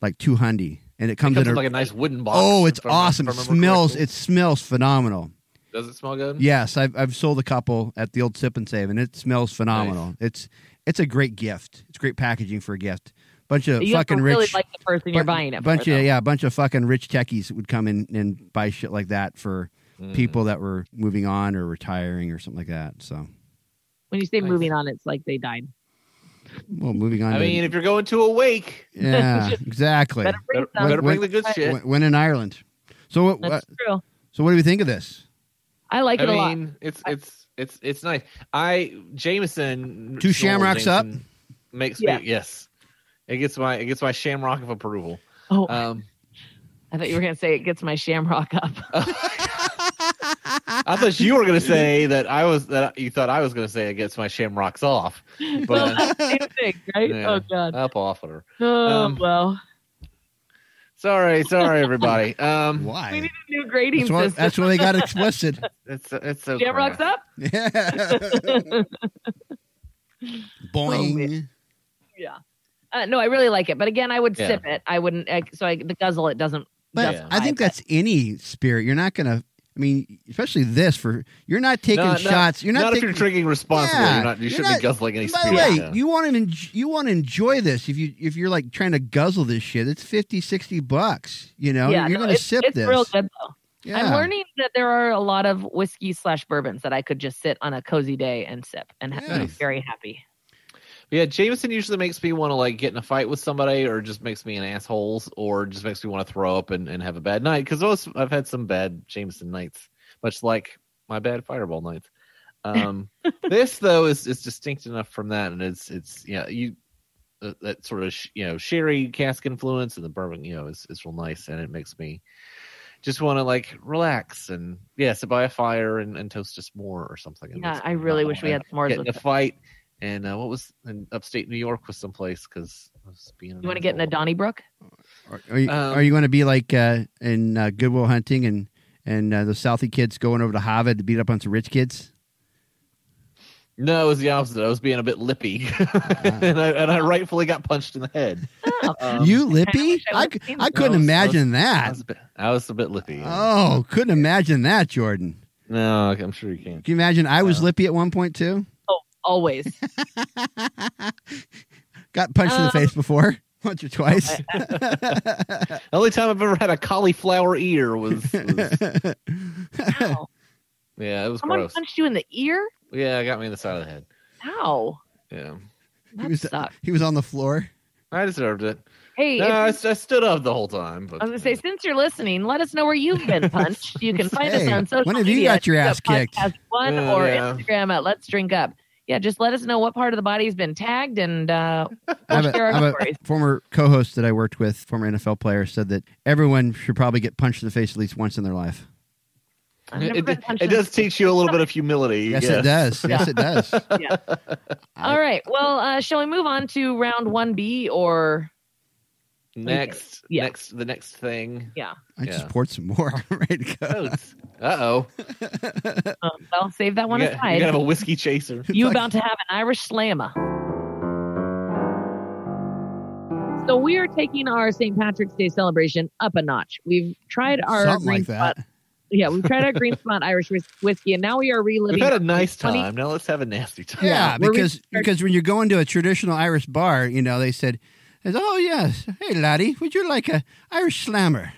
Speaker 3: like two hundred, and it
Speaker 5: it
Speaker 3: comes
Speaker 5: comes
Speaker 3: in
Speaker 5: in
Speaker 3: a,
Speaker 5: like a nice wooden box.
Speaker 3: oh,
Speaker 5: if
Speaker 3: it's
Speaker 5: I remember- if
Speaker 3: awesome.
Speaker 5: I
Speaker 3: It
Speaker 5: remember
Speaker 3: smells
Speaker 5: correctly.
Speaker 3: it smells phenomenal.
Speaker 5: Does it smell good?
Speaker 3: Yes, I've I've sold a couple at the old sip and save, and it smells phenomenal. It's it's a great gift. It's great packaging for a gift. Bunch of
Speaker 4: you have to
Speaker 3: fucking
Speaker 4: really
Speaker 3: rich,
Speaker 4: like the person you're
Speaker 3: bu-
Speaker 4: buying it.
Speaker 3: bunch
Speaker 4: for,
Speaker 3: of
Speaker 4: though.
Speaker 3: yeah, a bunch of fucking rich techies would come in and buy shit like that for
Speaker 5: Mm.
Speaker 3: people that were moving on or retiring or something like that. So,
Speaker 4: When you say
Speaker 5: Nice.
Speaker 4: moving on, it's like they died.
Speaker 3: well, moving on.
Speaker 5: I
Speaker 3: to-
Speaker 5: mean, if you're going to a wake,
Speaker 3: yeah, exactly.
Speaker 4: Better bring
Speaker 5: better,
Speaker 4: some.
Speaker 5: better bring
Speaker 3: When-
Speaker 5: the good shit.
Speaker 3: When, when in Ireland, so what, what?
Speaker 4: That's true.
Speaker 3: So what do we think of this?
Speaker 4: I like it a
Speaker 5: I
Speaker 4: lot.
Speaker 5: mean, it's it's it's it's nice. I Jameson
Speaker 3: Two shamrocks up?
Speaker 5: up makes
Speaker 4: Yeah.
Speaker 5: me yes. It gets my it gets my shamrock of approval.
Speaker 4: Oh,
Speaker 5: Um,
Speaker 4: I thought you were gonna say it gets my shamrock up.
Speaker 5: I thought you were going to say that I was that you thought I was going to say it gets my shamrocks off,
Speaker 4: well,
Speaker 5: but
Speaker 4: same thing, right?
Speaker 5: Yeah.
Speaker 4: Oh god.
Speaker 5: up off her.
Speaker 4: Oh
Speaker 5: Um,
Speaker 4: well.
Speaker 5: Sorry, sorry, everybody. Um,
Speaker 4: We
Speaker 1: Why?
Speaker 4: need a new grading
Speaker 3: That's why,
Speaker 4: system.
Speaker 3: that's why they got explicit.
Speaker 5: it's it's so
Speaker 4: Shamrocks
Speaker 5: crap.
Speaker 4: up.
Speaker 3: Yeah. Boing.
Speaker 4: Yeah. Uh, no, I really like it, but again, I would
Speaker 5: Yeah.
Speaker 4: sip it. I wouldn't. I, so I, the guzzle it doesn't.
Speaker 3: But
Speaker 5: Yeah.
Speaker 3: I think
Speaker 4: I bet.
Speaker 3: that's any spirit. You're not gonna. I mean, especially this for you're not taking
Speaker 5: No, no,
Speaker 3: shots. You're not,
Speaker 5: Not if
Speaker 3: taking.
Speaker 5: you're drinking responsibly.
Speaker 3: Yeah,
Speaker 5: You're not, you
Speaker 3: you're
Speaker 5: shouldn't
Speaker 3: not-
Speaker 5: be guzzling any
Speaker 3: by
Speaker 5: spirit.
Speaker 3: the way,
Speaker 5: yeah.
Speaker 3: you want to en- you want to enjoy this. If you if you're like trying to guzzle this shit, it's 50, 60 bucks. You know,
Speaker 4: yeah,
Speaker 3: you're
Speaker 4: no,
Speaker 3: gonna
Speaker 4: it's,
Speaker 3: sip
Speaker 4: it's
Speaker 3: this.
Speaker 4: real good though.
Speaker 3: Yeah.
Speaker 4: I'm learning that there are a lot of whiskey slash bourbons that I could just sit on a cozy day and sip and ha- be
Speaker 3: Nice.
Speaker 4: very happy.
Speaker 5: Yeah, Jameson usually makes me want to like get in a fight with somebody, or just makes me an assholes, or just makes me want to throw up and, and have a bad night. Because I've had some bad Jameson nights, much like my bad Fireball nights. Um, this though is is distinct enough from that, and it's it's yeah you uh, that sort of sh- you know sherry cask influence and the bourbon you know is is real nice, and it makes me just want to like relax and yeah sit by a fire and, and toast a s'more or something. It
Speaker 4: Yeah,
Speaker 5: makes
Speaker 4: I
Speaker 5: me
Speaker 4: really
Speaker 5: not
Speaker 4: wish we
Speaker 5: wanna-
Speaker 4: had s'mores
Speaker 5: get
Speaker 4: with
Speaker 5: in a
Speaker 4: it.
Speaker 5: fight. And uh, what was in upstate New York was someplace because I was being.
Speaker 4: You want to get in a Donnybrook?
Speaker 3: Are, are you,
Speaker 5: Um,
Speaker 3: are you going to be like uh, in uh, Goodwill Hunting and and uh, the Southie kids going over to Harvard to beat up on some rich kids?
Speaker 5: No, it was the opposite. I was being a bit lippy,
Speaker 4: Ah.
Speaker 5: and, I, and I rightfully got punched in the head.
Speaker 4: Oh.
Speaker 5: Um,
Speaker 3: you lippy?
Speaker 4: I
Speaker 3: I,
Speaker 4: would've
Speaker 3: c-
Speaker 4: seen
Speaker 3: I couldn't
Speaker 5: those.
Speaker 3: imagine
Speaker 5: I
Speaker 3: that.
Speaker 5: was a bit, I was a bit lippy.
Speaker 3: Oh, couldn't imagine that, Jordan.
Speaker 5: No, I'm sure you
Speaker 3: Can
Speaker 5: can.
Speaker 3: you imagine? I was
Speaker 5: Yeah.
Speaker 3: lippy at one point too.
Speaker 4: Oh, always.
Speaker 3: Got punched in the
Speaker 4: Um,
Speaker 3: face before once or twice.
Speaker 5: The only time I've ever had a cauliflower ear was, was
Speaker 4: Ow.
Speaker 5: yeah, it was
Speaker 4: Someone
Speaker 5: gross.
Speaker 4: punched you in the ear?
Speaker 5: Yeah, it got me in the side of the head.
Speaker 4: Ow.
Speaker 5: Yeah,
Speaker 3: he
Speaker 4: That
Speaker 3: was
Speaker 4: sucks.
Speaker 3: he was on the floor.
Speaker 5: I deserved it.
Speaker 4: Hey,
Speaker 5: No,
Speaker 4: if-
Speaker 5: I, I stood up the whole time. But
Speaker 4: I was gonna say, since you're listening, let us know where you've been punched. You can find us
Speaker 3: Hey,
Speaker 4: on social
Speaker 3: when have you
Speaker 4: media,
Speaker 3: got your
Speaker 4: at
Speaker 3: ass kicked?
Speaker 4: Podcast One
Speaker 5: Yeah,
Speaker 4: or
Speaker 5: Oh, yeah.
Speaker 4: Instagram at Let's Drink Up. Yeah, just let us know what part of the body's been tagged, and uh,
Speaker 3: I
Speaker 4: we'll
Speaker 3: have a-
Speaker 4: share
Speaker 3: I have
Speaker 4: our
Speaker 3: a
Speaker 4: stories.
Speaker 3: former co-host that I worked with, former NFL player, said that everyone should probably get punched in the face at least once in their life.
Speaker 4: I've never
Speaker 5: it,
Speaker 4: been
Speaker 5: it,
Speaker 4: punched
Speaker 5: it
Speaker 4: in the
Speaker 5: does teach you a little bit of humility.
Speaker 3: Yes,
Speaker 5: yeah.
Speaker 3: it does. Yes, it does.
Speaker 4: All right. Well, uh, shall we move on to round one B or
Speaker 5: Next,
Speaker 4: Yeah.
Speaker 5: next, the next thing.
Speaker 4: yeah?
Speaker 3: I
Speaker 5: Yeah.
Speaker 3: just poured some more. I'm ready to go.
Speaker 5: Uh oh.
Speaker 4: Um, well, save that one
Speaker 5: you got-
Speaker 4: aside.
Speaker 5: You
Speaker 4: You,
Speaker 5: gotta have a whiskey chaser.
Speaker 4: about to have an Irish slammer. So we are taking our St. Patrick's Day celebration up a notch. We've tried our
Speaker 3: Something
Speaker 4: green
Speaker 3: like that.
Speaker 4: spot. Yeah, we've tried our green spot Irish whis- whiskey, and now we are reliving.
Speaker 5: We've had a nice
Speaker 4: 20
Speaker 5: time. Now let's have a nasty time.
Speaker 3: Yeah,
Speaker 4: we're
Speaker 3: because
Speaker 4: researching-
Speaker 3: because when you're going to a traditional Irish bar, you know they said, they said, "Oh yes, hey laddie, would you like a Irish slammer?"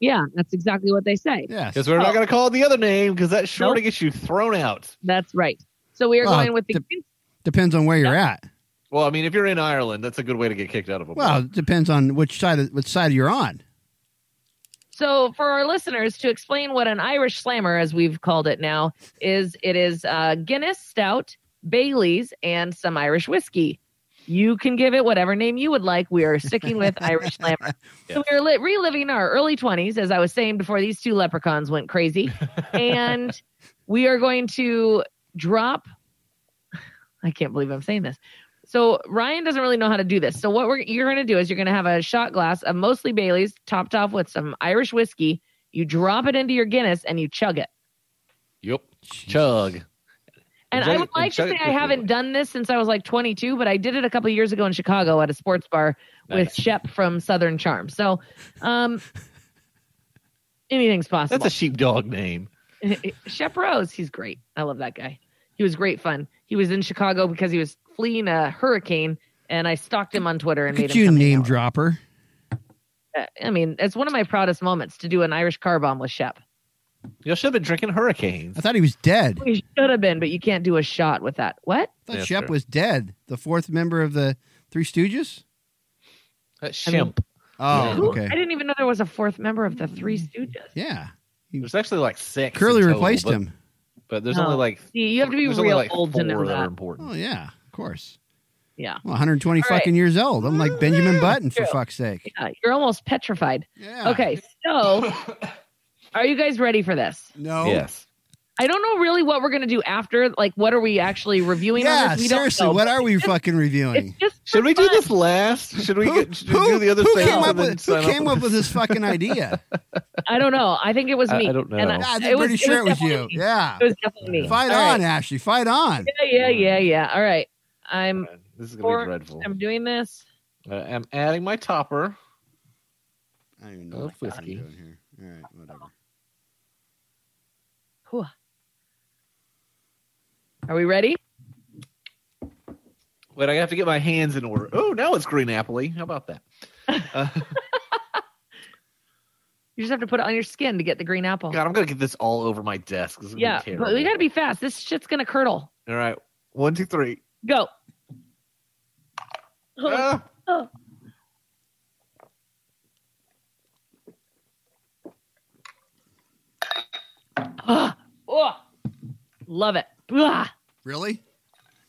Speaker 4: Yeah, that's exactly what they say.
Speaker 3: Yes.
Speaker 5: Because we're not gonna call it the other name because that's sure to
Speaker 4: Oh. Nope.
Speaker 5: get you thrown out.
Speaker 4: That's right. So we are
Speaker 3: Well,
Speaker 4: going with the
Speaker 3: the-
Speaker 4: green
Speaker 3: Depends on where you're at.
Speaker 5: Well, I mean, if you're in Ireland, that's a good way to get kicked out of a
Speaker 3: Well,
Speaker 5: bar.
Speaker 3: it depends on which side of, which side you're on.
Speaker 4: So, for our listeners, to explain what an Irish slammer, as we've called it now, is it is uh, Guinness, Stout, Bailey's, and some Irish whiskey. You can give it whatever name you would like. We are sticking with Irish slammer. So, we're li- reliving our early 20s, as I was saying before these two leprechauns went crazy. and we are going to drop. I can't believe I'm saying this. So Ryan doesn't really know how to do this. So what we're you're going to do is you're going to have a shot glass of mostly Bailey's, topped off with some Irish whiskey. You drop it into your Guinness and you chug it.
Speaker 5: Yep. Chug.
Speaker 4: And
Speaker 5: Chug
Speaker 4: I
Speaker 5: it-
Speaker 4: would like to
Speaker 5: chug it
Speaker 4: say I
Speaker 5: quickly.
Speaker 4: haven't done this since I was like 22, but I did it a couple years ago in Chicago at a sports bar with
Speaker 5: Nice.
Speaker 4: Shep from Southern Charm. So, um, anything's possible.
Speaker 5: That's a sheepdog name.
Speaker 4: Shep Rose, he's great. I love that guy. He was great fun. He was in Chicago because he was fleeing a hurricane, and I stalked him on Twitter and
Speaker 3: Look
Speaker 4: made
Speaker 3: at
Speaker 4: him
Speaker 3: you,
Speaker 4: come
Speaker 3: name
Speaker 4: hang out.
Speaker 3: dropper.
Speaker 4: I mean, it's one of my proudest moments to do an Irish car bomb with Shep.
Speaker 5: You should have been drinking hurricanes.
Speaker 3: I thought he was dead.
Speaker 4: We should have been, but you can't do a shot with that. What?
Speaker 3: I thought
Speaker 5: Yeah,
Speaker 3: Shep
Speaker 5: sure.
Speaker 3: was dead. The fourth member of the Three Stooges.
Speaker 5: That's
Speaker 4: I mean-
Speaker 5: shimp.
Speaker 3: Oh,
Speaker 5: Yeah.
Speaker 4: Who-
Speaker 3: okay. Hmm.
Speaker 4: I didn't even know there was a fourth member of the Three Stooges.
Speaker 3: Yeah,
Speaker 5: There's actually like six.
Speaker 3: Curly
Speaker 5: in total,
Speaker 3: replaced
Speaker 5: but-
Speaker 3: him.
Speaker 5: But there's
Speaker 4: No.
Speaker 5: only like
Speaker 4: See, you have to be
Speaker 5: there's only,
Speaker 4: real
Speaker 5: like,
Speaker 4: old to know
Speaker 5: four that are
Speaker 4: that.
Speaker 5: important.
Speaker 3: Oh yeah, of course.
Speaker 4: Yeah.
Speaker 3: Well, 120
Speaker 4: All right.
Speaker 3: fucking years old. I'm like Benjamin Button for
Speaker 4: True.
Speaker 3: fuck's sake.
Speaker 4: Yeah, you're almost petrified.
Speaker 3: Oh, Yeah. Oh.
Speaker 4: Oh. Okay, so are you guys ready for this?
Speaker 3: No.
Speaker 5: Yes.
Speaker 4: I don't know really what we're gonna do after. Like, what are we actually reviewing? on
Speaker 3: yeah,
Speaker 4: this? We
Speaker 3: seriously,
Speaker 4: don't know.
Speaker 3: what are we fucking reviewing?
Speaker 4: It's just
Speaker 5: Should
Speaker 4: for
Speaker 5: we do
Speaker 4: fun.
Speaker 5: this last? Should we,
Speaker 3: Who-
Speaker 5: get, should we do the other
Speaker 3: who
Speaker 5: thing?
Speaker 3: Came up
Speaker 5: and then
Speaker 3: with, who
Speaker 5: sign off?
Speaker 3: came up with this fucking idea?
Speaker 5: Oh.
Speaker 4: I don't know. I think it was
Speaker 5: I-
Speaker 4: me.
Speaker 5: I don't
Speaker 4: And
Speaker 5: know.
Speaker 3: I'm
Speaker 4: it
Speaker 3: pretty sure it was
Speaker 4: definitely
Speaker 3: you.
Speaker 4: me.
Speaker 3: Yeah.
Speaker 4: It was definitely me.
Speaker 3: Fight
Speaker 4: All
Speaker 3: on,
Speaker 4: right.
Speaker 3: Ashley. Fight on.
Speaker 4: Yeah, yeah, yeah, yeah. All right. I'm
Speaker 5: This is gonna
Speaker 4: for-
Speaker 5: be dreadful.
Speaker 4: I'm doing this.
Speaker 5: Uh, I'm adding my topper.
Speaker 3: I don't even
Speaker 5: know Oh, what the fuck I'm whiskey. doing
Speaker 3: here. All right, whatever.
Speaker 4: Whew. Are we ready?
Speaker 5: Wait, I have to get my hands in order. Oh, now it's green apple. How about that? Uh,
Speaker 4: You just have to put it on your skin to get the green apple.
Speaker 5: God, I'm gonna get this all over my desk. This is gonna
Speaker 4: yeah,
Speaker 5: be
Speaker 4: but we
Speaker 5: terrible.
Speaker 4: gotta be fast. This shit's gonna curdle.
Speaker 5: All right, one, two, three.
Speaker 4: Go.
Speaker 5: Ah.
Speaker 4: Oh. Ah. Oh. Love it. Ah.
Speaker 3: Really?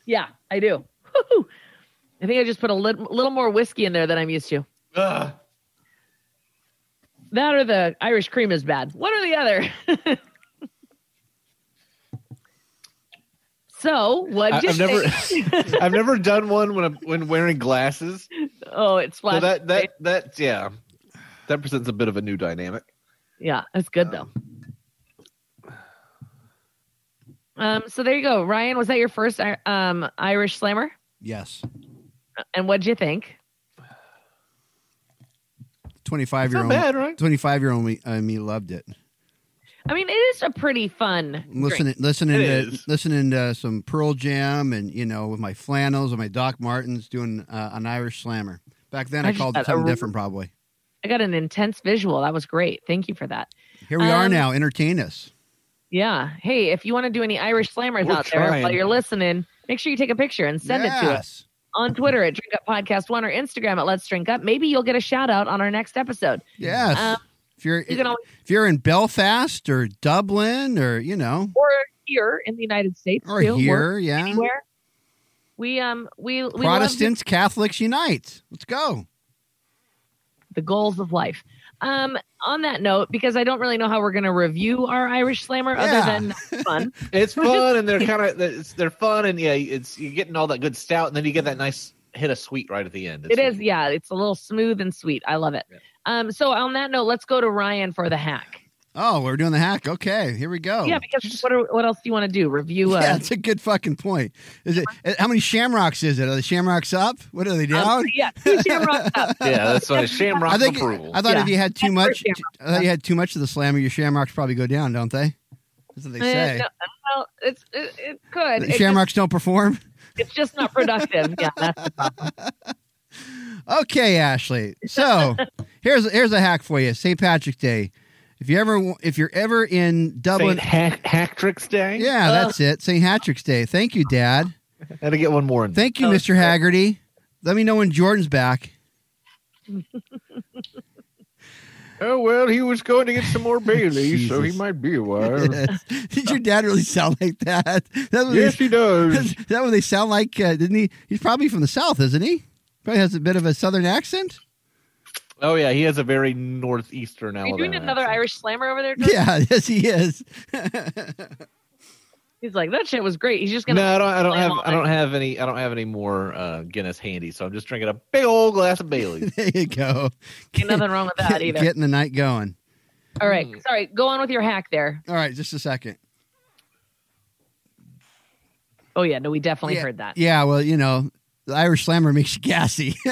Speaker 4: Yeah, I do. Woo-hoo. I think I just put a lit- little more whiskey in there than I'm used to.
Speaker 5: Ah.
Speaker 4: That or the Irish cream is bad. One or the other. so what
Speaker 5: I-
Speaker 4: did
Speaker 5: I've never,
Speaker 4: you
Speaker 5: I've never done one when I'm when wearing glasses.
Speaker 4: Oh, it's
Speaker 5: So
Speaker 4: flat.
Speaker 5: that that that yeah, that presents a bit of a new dynamic.
Speaker 4: yeah, that's good though. Um, so there you go, Ryan. Was that your first Ir- um Irish slammer?
Speaker 3: Yes.
Speaker 4: And what'd you think?
Speaker 3: 25 year
Speaker 5: Not
Speaker 3: old.
Speaker 5: bad, right?
Speaker 3: 25 year old me, uh, me loved it.
Speaker 4: I mean, it is a pretty fun. drink.
Speaker 3: Listening, listening
Speaker 5: It
Speaker 3: to
Speaker 5: is.
Speaker 3: listening to some Pearl Jam, and you know, with my flannels and my Doc Martens, doing uh, an Irish slammer. Back then,
Speaker 4: I
Speaker 3: I,
Speaker 4: just
Speaker 3: called it
Speaker 4: got a
Speaker 3: something
Speaker 4: real-
Speaker 3: different, probably.
Speaker 4: I got an intense visual. That was great. Thank you for that.
Speaker 3: Here we are
Speaker 4: Um,
Speaker 3: now. Entertain us.
Speaker 4: Yeah. Hey, if you want to do any Irish slammers
Speaker 5: We're
Speaker 4: out there
Speaker 5: trying.
Speaker 4: while you're listening, make sure you take a picture and send it to
Speaker 3: Yes.
Speaker 4: us. on Twitter at Drink Up Podcast One or Instagram at Let's Drink Up. Maybe you'll get a shout out on our next episode.
Speaker 3: Yes.
Speaker 4: Um,
Speaker 3: if you're
Speaker 4: You can always
Speaker 3: if you're in Belfast or Dublin or you know
Speaker 4: or here in the United States
Speaker 3: or
Speaker 4: too,
Speaker 3: here, yeah.
Speaker 4: anywhere. We um we we love
Speaker 3: Protestants, Catholics unite. Let's go.
Speaker 4: the goals of life. Um, on that note, because I don't really know how we're going to review our Irish slammer
Speaker 3: Yeah.
Speaker 4: other than fun.
Speaker 5: It's fun and they're kind of it's they're fun and yeah, it's you're getting all that good stout and then you get that nice hit of sweet right at the end.
Speaker 4: it is, yeah, it's a little smooth and sweet. I love it.
Speaker 5: Yeah.
Speaker 4: Um, so on that note, let's go to Ryan for the hack.
Speaker 3: Oh, we're doing the hack. Okay, here we go.
Speaker 4: yeah, because what are, what else do you want to do? Review? Uh,
Speaker 3: Yeah, that's a good fucking point. Is it uh, how many shamrocks is it? Are the shamrocks up? What are they down?
Speaker 4: um, yeah, two shamrocks up.
Speaker 5: Yeah, that's why shamrock
Speaker 3: I think
Speaker 5: approval.
Speaker 3: I thought if
Speaker 4: Yeah.
Speaker 3: you had too
Speaker 4: That's
Speaker 3: much,
Speaker 4: for
Speaker 3: I thought you had too much of the slammer, your shamrocks probably go down, don't they? That's what they
Speaker 4: Eh,
Speaker 3: say.
Speaker 4: no, well, it's it, it could.
Speaker 3: The
Speaker 4: It's just-
Speaker 3: shamrocks don't perform.
Speaker 4: it's just not productive. Yeah, that's
Speaker 3: Okay, Ashley. So here's here's a hack for you. St. Patrick's Day. If you ever if you're ever in Dublin,
Speaker 5: Saint hack Hacktricks Day.
Speaker 3: yeah,
Speaker 4: Ugh.
Speaker 3: that's it. St. Patrick's Day. Thank you, Dad.
Speaker 5: had to get one more in.
Speaker 3: Thank you,
Speaker 4: Oh,
Speaker 3: Mr.
Speaker 4: good.
Speaker 3: Haggerty. Let me know when Jordan's back.
Speaker 5: oh well, he was going to get some more Bailey, so he
Speaker 3: Jesus.
Speaker 5: might be a while.
Speaker 3: Did your dad really sound like that? That's what,
Speaker 5: yes, he
Speaker 3: they,
Speaker 5: does.
Speaker 3: is that what they sound like, uh, didn't he? He's probably from the South, isn't he? Probably has a bit of a Southern accent.
Speaker 5: Oh yeah, he has a very northeastern
Speaker 4: Are
Speaker 5: Alabama.
Speaker 4: you doing another
Speaker 5: accent.
Speaker 4: Irish slammer over there? Jordan?
Speaker 3: Yeah, yes, he is.
Speaker 4: He's like, that shit was great. He's just gonna.
Speaker 5: No, I don't. I don't
Speaker 4: slam
Speaker 5: have.
Speaker 4: on
Speaker 5: I don't have any. I don't have any more uh, Guinness handy, so I'm just drinking a big old glass of Bailey.
Speaker 3: there you go.
Speaker 4: Ain't nothing wrong with that either.
Speaker 3: Getting the night going.
Speaker 4: All right,
Speaker 3: Mm.
Speaker 4: sorry. Go on with your hack there.
Speaker 3: All right, just a second.
Speaker 4: Oh yeah, no, we definitely heard that.
Speaker 3: Yeah, well, you know, the Irish slammer makes you gassy.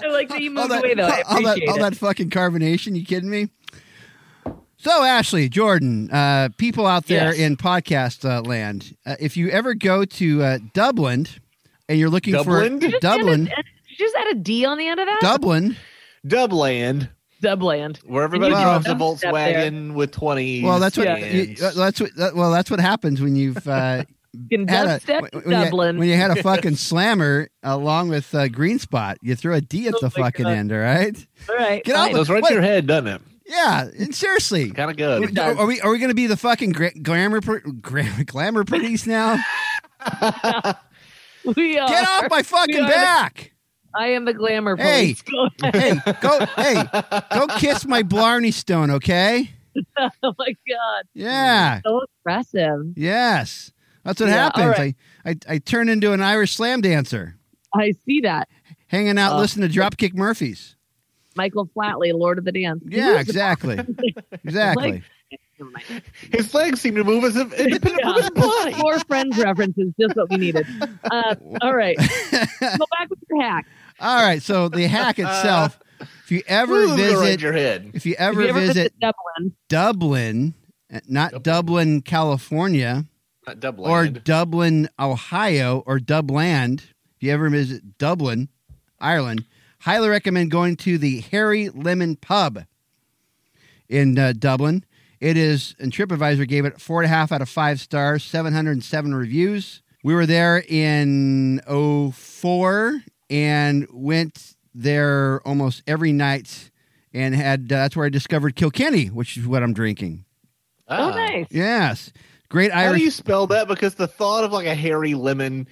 Speaker 4: I like that you moved
Speaker 3: that,
Speaker 4: away though. I
Speaker 3: all, that,
Speaker 4: appreciate
Speaker 3: all
Speaker 4: it.
Speaker 3: that fucking carbonation. You kidding me? So, Ashley, Jordan, uh, people out there
Speaker 5: Yes.
Speaker 3: in podcast uh, land, uh, if you ever go to uh, Dublin and you're looking
Speaker 5: Dublin?
Speaker 3: for
Speaker 4: Just
Speaker 3: Dublin,
Speaker 4: add a- did you just add a D on the end of that?
Speaker 3: Dublin,
Speaker 5: Dubland,
Speaker 4: Dubland.
Speaker 5: where everybody
Speaker 3: Well-
Speaker 5: drops a
Speaker 4: Dump step there.
Speaker 5: Volkswagen with twenty.
Speaker 3: well, that's what you, uh,
Speaker 5: and-
Speaker 3: that's what that, well that's what happens when you've uh,
Speaker 4: In
Speaker 3: had a
Speaker 4: dubstep,
Speaker 3: when, when you,
Speaker 4: Dublin.
Speaker 3: when you had a fucking slammer along with uh, green spot. You throw a D at
Speaker 4: Oh
Speaker 3: the
Speaker 4: my
Speaker 3: fucking
Speaker 4: God.
Speaker 3: end, all right?
Speaker 4: all right.
Speaker 3: Get
Speaker 4: fine.
Speaker 3: out
Speaker 5: Goes right
Speaker 3: What?
Speaker 5: to your head, doesn't it?
Speaker 3: Yeah, and seriously,
Speaker 5: Kind of
Speaker 3: Are
Speaker 5: good.
Speaker 3: we- Are, we are we going to be the fucking gra- glamour pr- gra- glamour police now?
Speaker 4: We are.
Speaker 3: Get off my fucking
Speaker 4: are the-
Speaker 3: back!
Speaker 4: I am the glamour
Speaker 3: Hey.
Speaker 4: police. Go-
Speaker 3: hey, go hey, go kiss my Blarney Stone, okay?
Speaker 4: oh my god,
Speaker 3: Yeah.
Speaker 4: so impressive.
Speaker 3: Yes. That's what
Speaker 4: Yeah, all
Speaker 3: happens.
Speaker 4: right.
Speaker 3: I, I I turn into an Irish slam dancer,
Speaker 4: I see that.
Speaker 3: hanging out,
Speaker 4: Oh.
Speaker 3: listening to Dropkick Murphys.
Speaker 4: Michael Flatley, Lord of the Dance.
Speaker 3: Yeah, exactly. exactly.
Speaker 4: Never mind.
Speaker 5: His legs seem to move as if independent
Speaker 4: Yeah.
Speaker 5: from his body.
Speaker 4: Four friends reference is just what we needed. Uh, all right, go back with your hack.
Speaker 3: All right. So the
Speaker 4: uh,
Speaker 3: hack itself. If you ever
Speaker 5: Ooh, go right
Speaker 3: visit,
Speaker 5: in your head.
Speaker 3: if you
Speaker 4: If
Speaker 3: ever,
Speaker 4: you ever
Speaker 3: visit
Speaker 4: visit Dublin,
Speaker 3: Dublin, uh, not
Speaker 5: Dublin.
Speaker 3: Dublin, California,
Speaker 5: Not double
Speaker 3: or Dublin, Ohio, or Dubland, if you ever visit Dublin, Ireland, highly recommend going to the Harry Lemon Pub in uh, Dublin. It is, and TripAdvisor gave it four and a half out of five stars, 707 reviews. We were there in 04 and went there almost every night and had, uh, that's where I discovered Kilkenny, which is what I'm drinking. Uh,
Speaker 4: oh nice.
Speaker 3: Yes. Great
Speaker 5: How
Speaker 3: Irish
Speaker 5: Ah. do you spell that? Because the thought of like a hairy lemon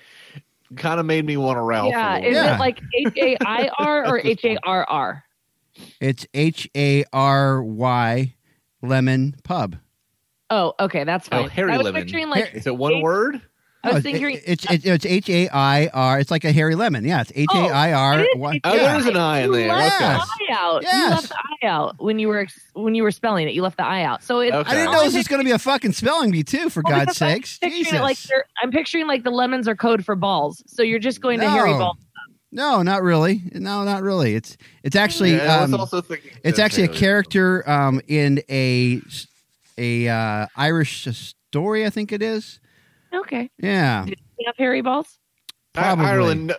Speaker 5: kind of made me want to ralph.
Speaker 4: Yeah,
Speaker 5: a little
Speaker 4: is
Speaker 3: Yeah.
Speaker 4: it like H A I R or H A R R?
Speaker 3: It's H A R Y Lemon Pub.
Speaker 4: Oh, okay, that's
Speaker 5: Oh,
Speaker 4: fine.
Speaker 5: hairy
Speaker 4: I was
Speaker 5: lemon.
Speaker 4: picturing
Speaker 5: bit.
Speaker 4: like
Speaker 5: Is it one
Speaker 4: H-
Speaker 5: word?
Speaker 3: No,
Speaker 4: I was
Speaker 3: Oh, it-
Speaker 4: thinking.
Speaker 3: it's it's it's H A I R. It's like a hairy lemon. Yeah,
Speaker 4: Oh,
Speaker 3: it's H A I R Y.
Speaker 5: Oh,
Speaker 4: Yeah.
Speaker 5: there is an I in
Speaker 4: You
Speaker 5: there.
Speaker 4: left
Speaker 5: Okay.
Speaker 3: Yeah.
Speaker 4: the eye out. You
Speaker 3: Yes.
Speaker 4: left the eye out when you were ex- when you were spelling it. You left the eye out. So it,
Speaker 5: Okay.
Speaker 3: I didn't know this was going to be a fucking spelling bee too. For
Speaker 4: Well,
Speaker 3: God's
Speaker 4: because I'm
Speaker 3: sakes,
Speaker 4: picturing it like
Speaker 3: Jesus.
Speaker 4: they're- I'm picturing like the lemons are code for balls. So you're just going to hairy
Speaker 3: No.
Speaker 4: balls.
Speaker 3: No, not really. No, not really. It's it's actually
Speaker 5: Yeah, I was
Speaker 3: um,
Speaker 5: also thinking
Speaker 3: it's
Speaker 5: that,
Speaker 3: actually a
Speaker 5: too.
Speaker 3: character um, in a a uh, Irish story. I think it is.
Speaker 4: Okay.
Speaker 3: Yeah.
Speaker 4: Did you have hairy balls?
Speaker 5: I-
Speaker 3: Probably.
Speaker 5: Ireland,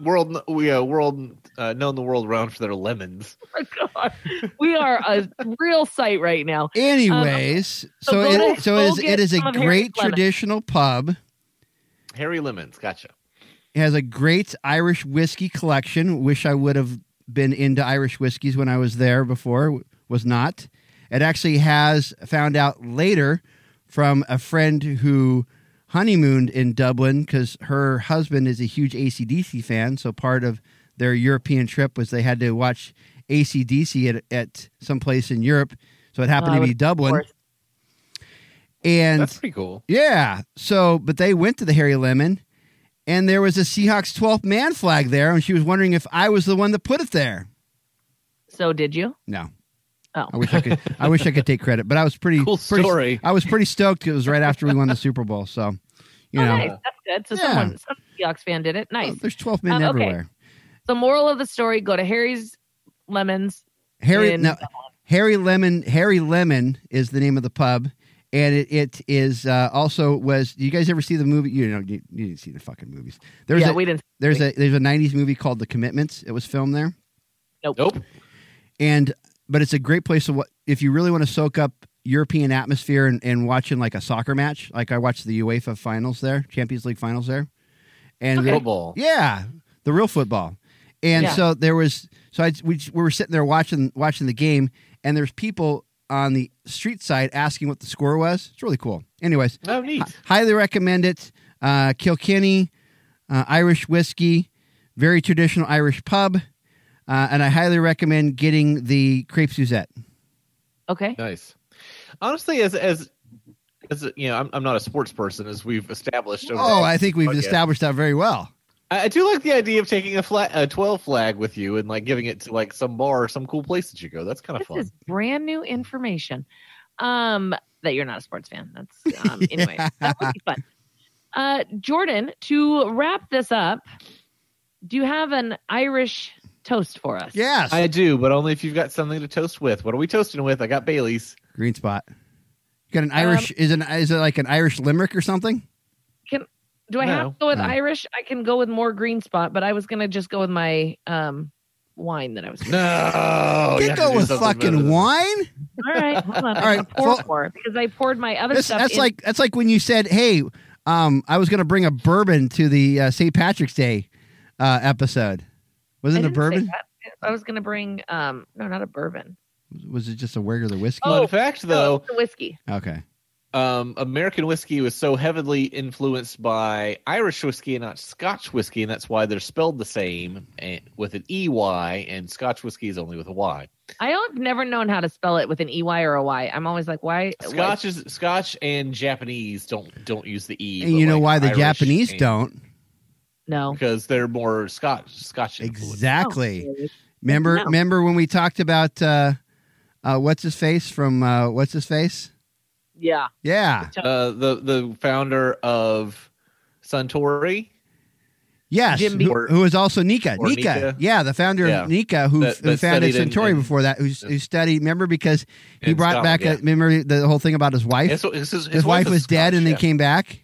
Speaker 5: world, we uh, world uh, known the world around for their lemons.
Speaker 4: Oh, God. we are a real sight right now.
Speaker 3: Anyways,
Speaker 4: so
Speaker 3: Um, so
Speaker 4: go
Speaker 3: it,
Speaker 4: to-
Speaker 3: so
Speaker 4: go
Speaker 3: it is it
Speaker 4: get
Speaker 3: is a
Speaker 4: some of Harry's
Speaker 3: great
Speaker 4: lemon.
Speaker 3: traditional pub.
Speaker 5: Hairy lemons. Gotcha.
Speaker 3: It has a great Irish whiskey collection. Wish I would have been into Irish whiskeys when I was there before, w- was not. It actually has found out later from a friend who honeymooned in Dublin because her husband is a huge ACDC fan. So part of their European trip was they had to watch ACDC at, at some place in Europe. So it happened
Speaker 4: Oh, I
Speaker 3: to be
Speaker 4: would-
Speaker 3: Dublin.
Speaker 4: course.
Speaker 3: And
Speaker 5: That's pretty cool.
Speaker 3: yeah. So, but they went to the Harry Lemon, and there was a Seahawks 12th man flag there, and she was wondering if I was the one that put it there.
Speaker 4: So did you?
Speaker 3: No.
Speaker 4: Oh.
Speaker 3: I wish I could. I wish I could take credit, but I was pretty.
Speaker 5: Cool
Speaker 3: pretty-
Speaker 5: story.
Speaker 3: I was pretty stoked. It was right after we won the Super Bowl, so you
Speaker 4: Oh,
Speaker 3: know,
Speaker 4: nice. That's good. So
Speaker 3: Yeah.
Speaker 4: someone, some Seahawks fan did it. Nice.
Speaker 3: there's 12 men
Speaker 4: Um, okay.
Speaker 3: everywhere.
Speaker 4: The moral of the story: go to Harry's Lemons.
Speaker 3: Harry,
Speaker 4: in
Speaker 3: no, Harry Lemon. Harry Lemon is the name of the pub, and it, it is uh, also was. You guys ever see the movie? You know, you, you didn't see the fucking movies. There's
Speaker 4: yeah,
Speaker 3: a,
Speaker 4: we didn't.
Speaker 3: there's a there's a 90s movie called The Commitments. It was filmed there.
Speaker 4: Nope.
Speaker 5: Nope.
Speaker 3: and but it's a great place to wa- if you really want to soak up European atmosphere and, and watching like a soccer match. Like I watched the UEFA finals there, Champions League finals there, and the-
Speaker 5: Football.
Speaker 3: yeah, the real football. And
Speaker 4: Yeah.
Speaker 3: so there was so I we, we were sitting there watching watching the game, and there's people on the street side asking what the score was. It's really cool. Anyways,
Speaker 5: Oh, neat.
Speaker 3: highly recommend it. Uh, Kilkenny, uh, Irish whiskey, very traditional Irish pub, uh, and I highly recommend getting the crepe Suzette.
Speaker 4: Okay.
Speaker 5: Nice. Honestly, as as as you know, I'm, I'm not a sports person, as we've established. Over
Speaker 3: Oh,
Speaker 5: the-
Speaker 3: I think we've
Speaker 5: Okay.
Speaker 3: established that very well.
Speaker 5: I, I do like the idea of taking a flag, a twelve flag with you, and like giving it to like some bar or some cool place that you go. That's kind of
Speaker 4: This
Speaker 5: fun.
Speaker 4: is brand new information. Um, that you're not a sports fan. That's um, anyway. That would be fun. Uh, Jordan, to wrap this up, do you have an Irish toast for us?
Speaker 3: Yes,
Speaker 5: I do, but only if you've got something to toast with. What are we toasting with? I got Bailey's.
Speaker 3: green spot. You got an
Speaker 4: Um,
Speaker 3: Irish? is an is it like an Irish limerick or something?
Speaker 4: Do I have
Speaker 5: No.
Speaker 4: to go with
Speaker 3: No.
Speaker 4: Irish? I can go with more green spot, but I was gonna just go with my um wine that I was.
Speaker 5: No,
Speaker 3: Can't go with fucking
Speaker 5: one.
Speaker 3: wine.
Speaker 4: All right, hold on.
Speaker 3: All
Speaker 4: All
Speaker 3: right,
Speaker 4: right, pour
Speaker 3: well-
Speaker 4: more because I poured my other
Speaker 3: That's,
Speaker 4: stuff.
Speaker 3: that's
Speaker 4: in-
Speaker 3: like that's like when you said, "Hey, um, I was going to bring a bourbon to the uh, St. Patrick's Day uh, episode."
Speaker 4: I
Speaker 3: Wasn't it a
Speaker 4: didn't say
Speaker 3: bourbon?
Speaker 4: that. I was gonna bring um no, not a bourbon.
Speaker 3: Was it just a regular whiskey?
Speaker 5: Fun
Speaker 4: Oh,
Speaker 5: fact,
Speaker 4: No,
Speaker 5: though,
Speaker 4: it's a whiskey.
Speaker 3: Okay.
Speaker 5: um, American whiskey was so heavily influenced by Irish whiskey and not Scotch whiskey, and that's why they're spelled the same and, with an EY, and Scotch whiskey is only with a Y.
Speaker 4: I have never known how to spell it with an EY or a Y. I'm always like, why?
Speaker 5: Scotch is Scotch and Japanese don't don't use the E.
Speaker 3: And
Speaker 5: but
Speaker 3: you know
Speaker 5: like
Speaker 3: why the
Speaker 5: Irish
Speaker 3: Japanese
Speaker 5: and-
Speaker 3: don't?
Speaker 4: No.
Speaker 5: Because they're more Scotch Scotch influenced.
Speaker 4: Oh,
Speaker 3: Exactly. Remember, remember when we talked about uh, uh, what's his face from uh, what's his face?
Speaker 4: Yeah.
Speaker 3: Yeah.
Speaker 5: Uh, the the founder of Suntory.
Speaker 3: Yes.
Speaker 4: Jim
Speaker 3: Who,
Speaker 5: Beam.
Speaker 3: who was also Nika.
Speaker 5: Or
Speaker 3: Nika.
Speaker 5: Nika.
Speaker 3: Yeah, the founder
Speaker 5: Yeah.
Speaker 3: of Nika, who,
Speaker 5: That-
Speaker 3: who
Speaker 5: that
Speaker 3: founded
Speaker 5: studied in-
Speaker 3: Centauri
Speaker 5: in-
Speaker 3: before that, who, who studied. Remember because he
Speaker 5: In
Speaker 3: brought
Speaker 5: Scotland,
Speaker 3: back a memory. The whole thing about his wife.
Speaker 5: His, his, his
Speaker 3: his wife
Speaker 5: is
Speaker 3: was dead,
Speaker 5: Scotch,
Speaker 3: and
Speaker 5: yeah.
Speaker 3: they came back.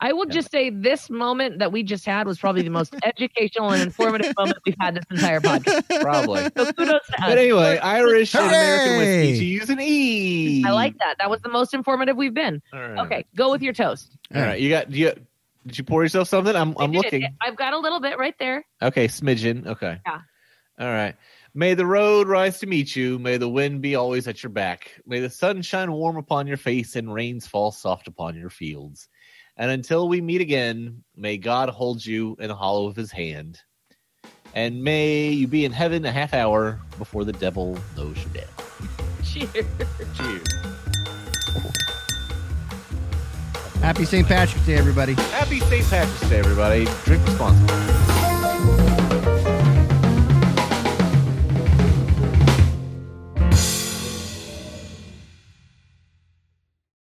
Speaker 4: I will
Speaker 5: Yeah.
Speaker 4: just say this moment that we just had was probably the most educational and informative moment we've had this entire podcast.
Speaker 5: probably.
Speaker 4: So kudos to us.
Speaker 5: But anyway, Irish and American
Speaker 3: Hooray!
Speaker 5: whiskey to use an E.
Speaker 4: I like that. That was the most informative we've been.
Speaker 5: All right.
Speaker 4: Okay, go with your toast.
Speaker 5: All right. You got. You, did you pour yourself something? I'm. I'm
Speaker 4: I did.
Speaker 5: looking.
Speaker 4: I've got a little bit right there.
Speaker 5: Okay, smidgen. Okay.
Speaker 4: Yeah.
Speaker 5: All right. May the road rise to meet you. May the wind be always at your back. May the sun shine warm upon your face and rains fall soft upon your fields. And until we meet again, may God hold you in the hollow of his hand. And may you be in heaven a half hour before the devil knows your death.
Speaker 4: Cheers.
Speaker 5: Cheers.
Speaker 3: Happy St. Patrick's Day, everybody.
Speaker 5: Happy St. Patrick's Day, everybody. Drink responsibly.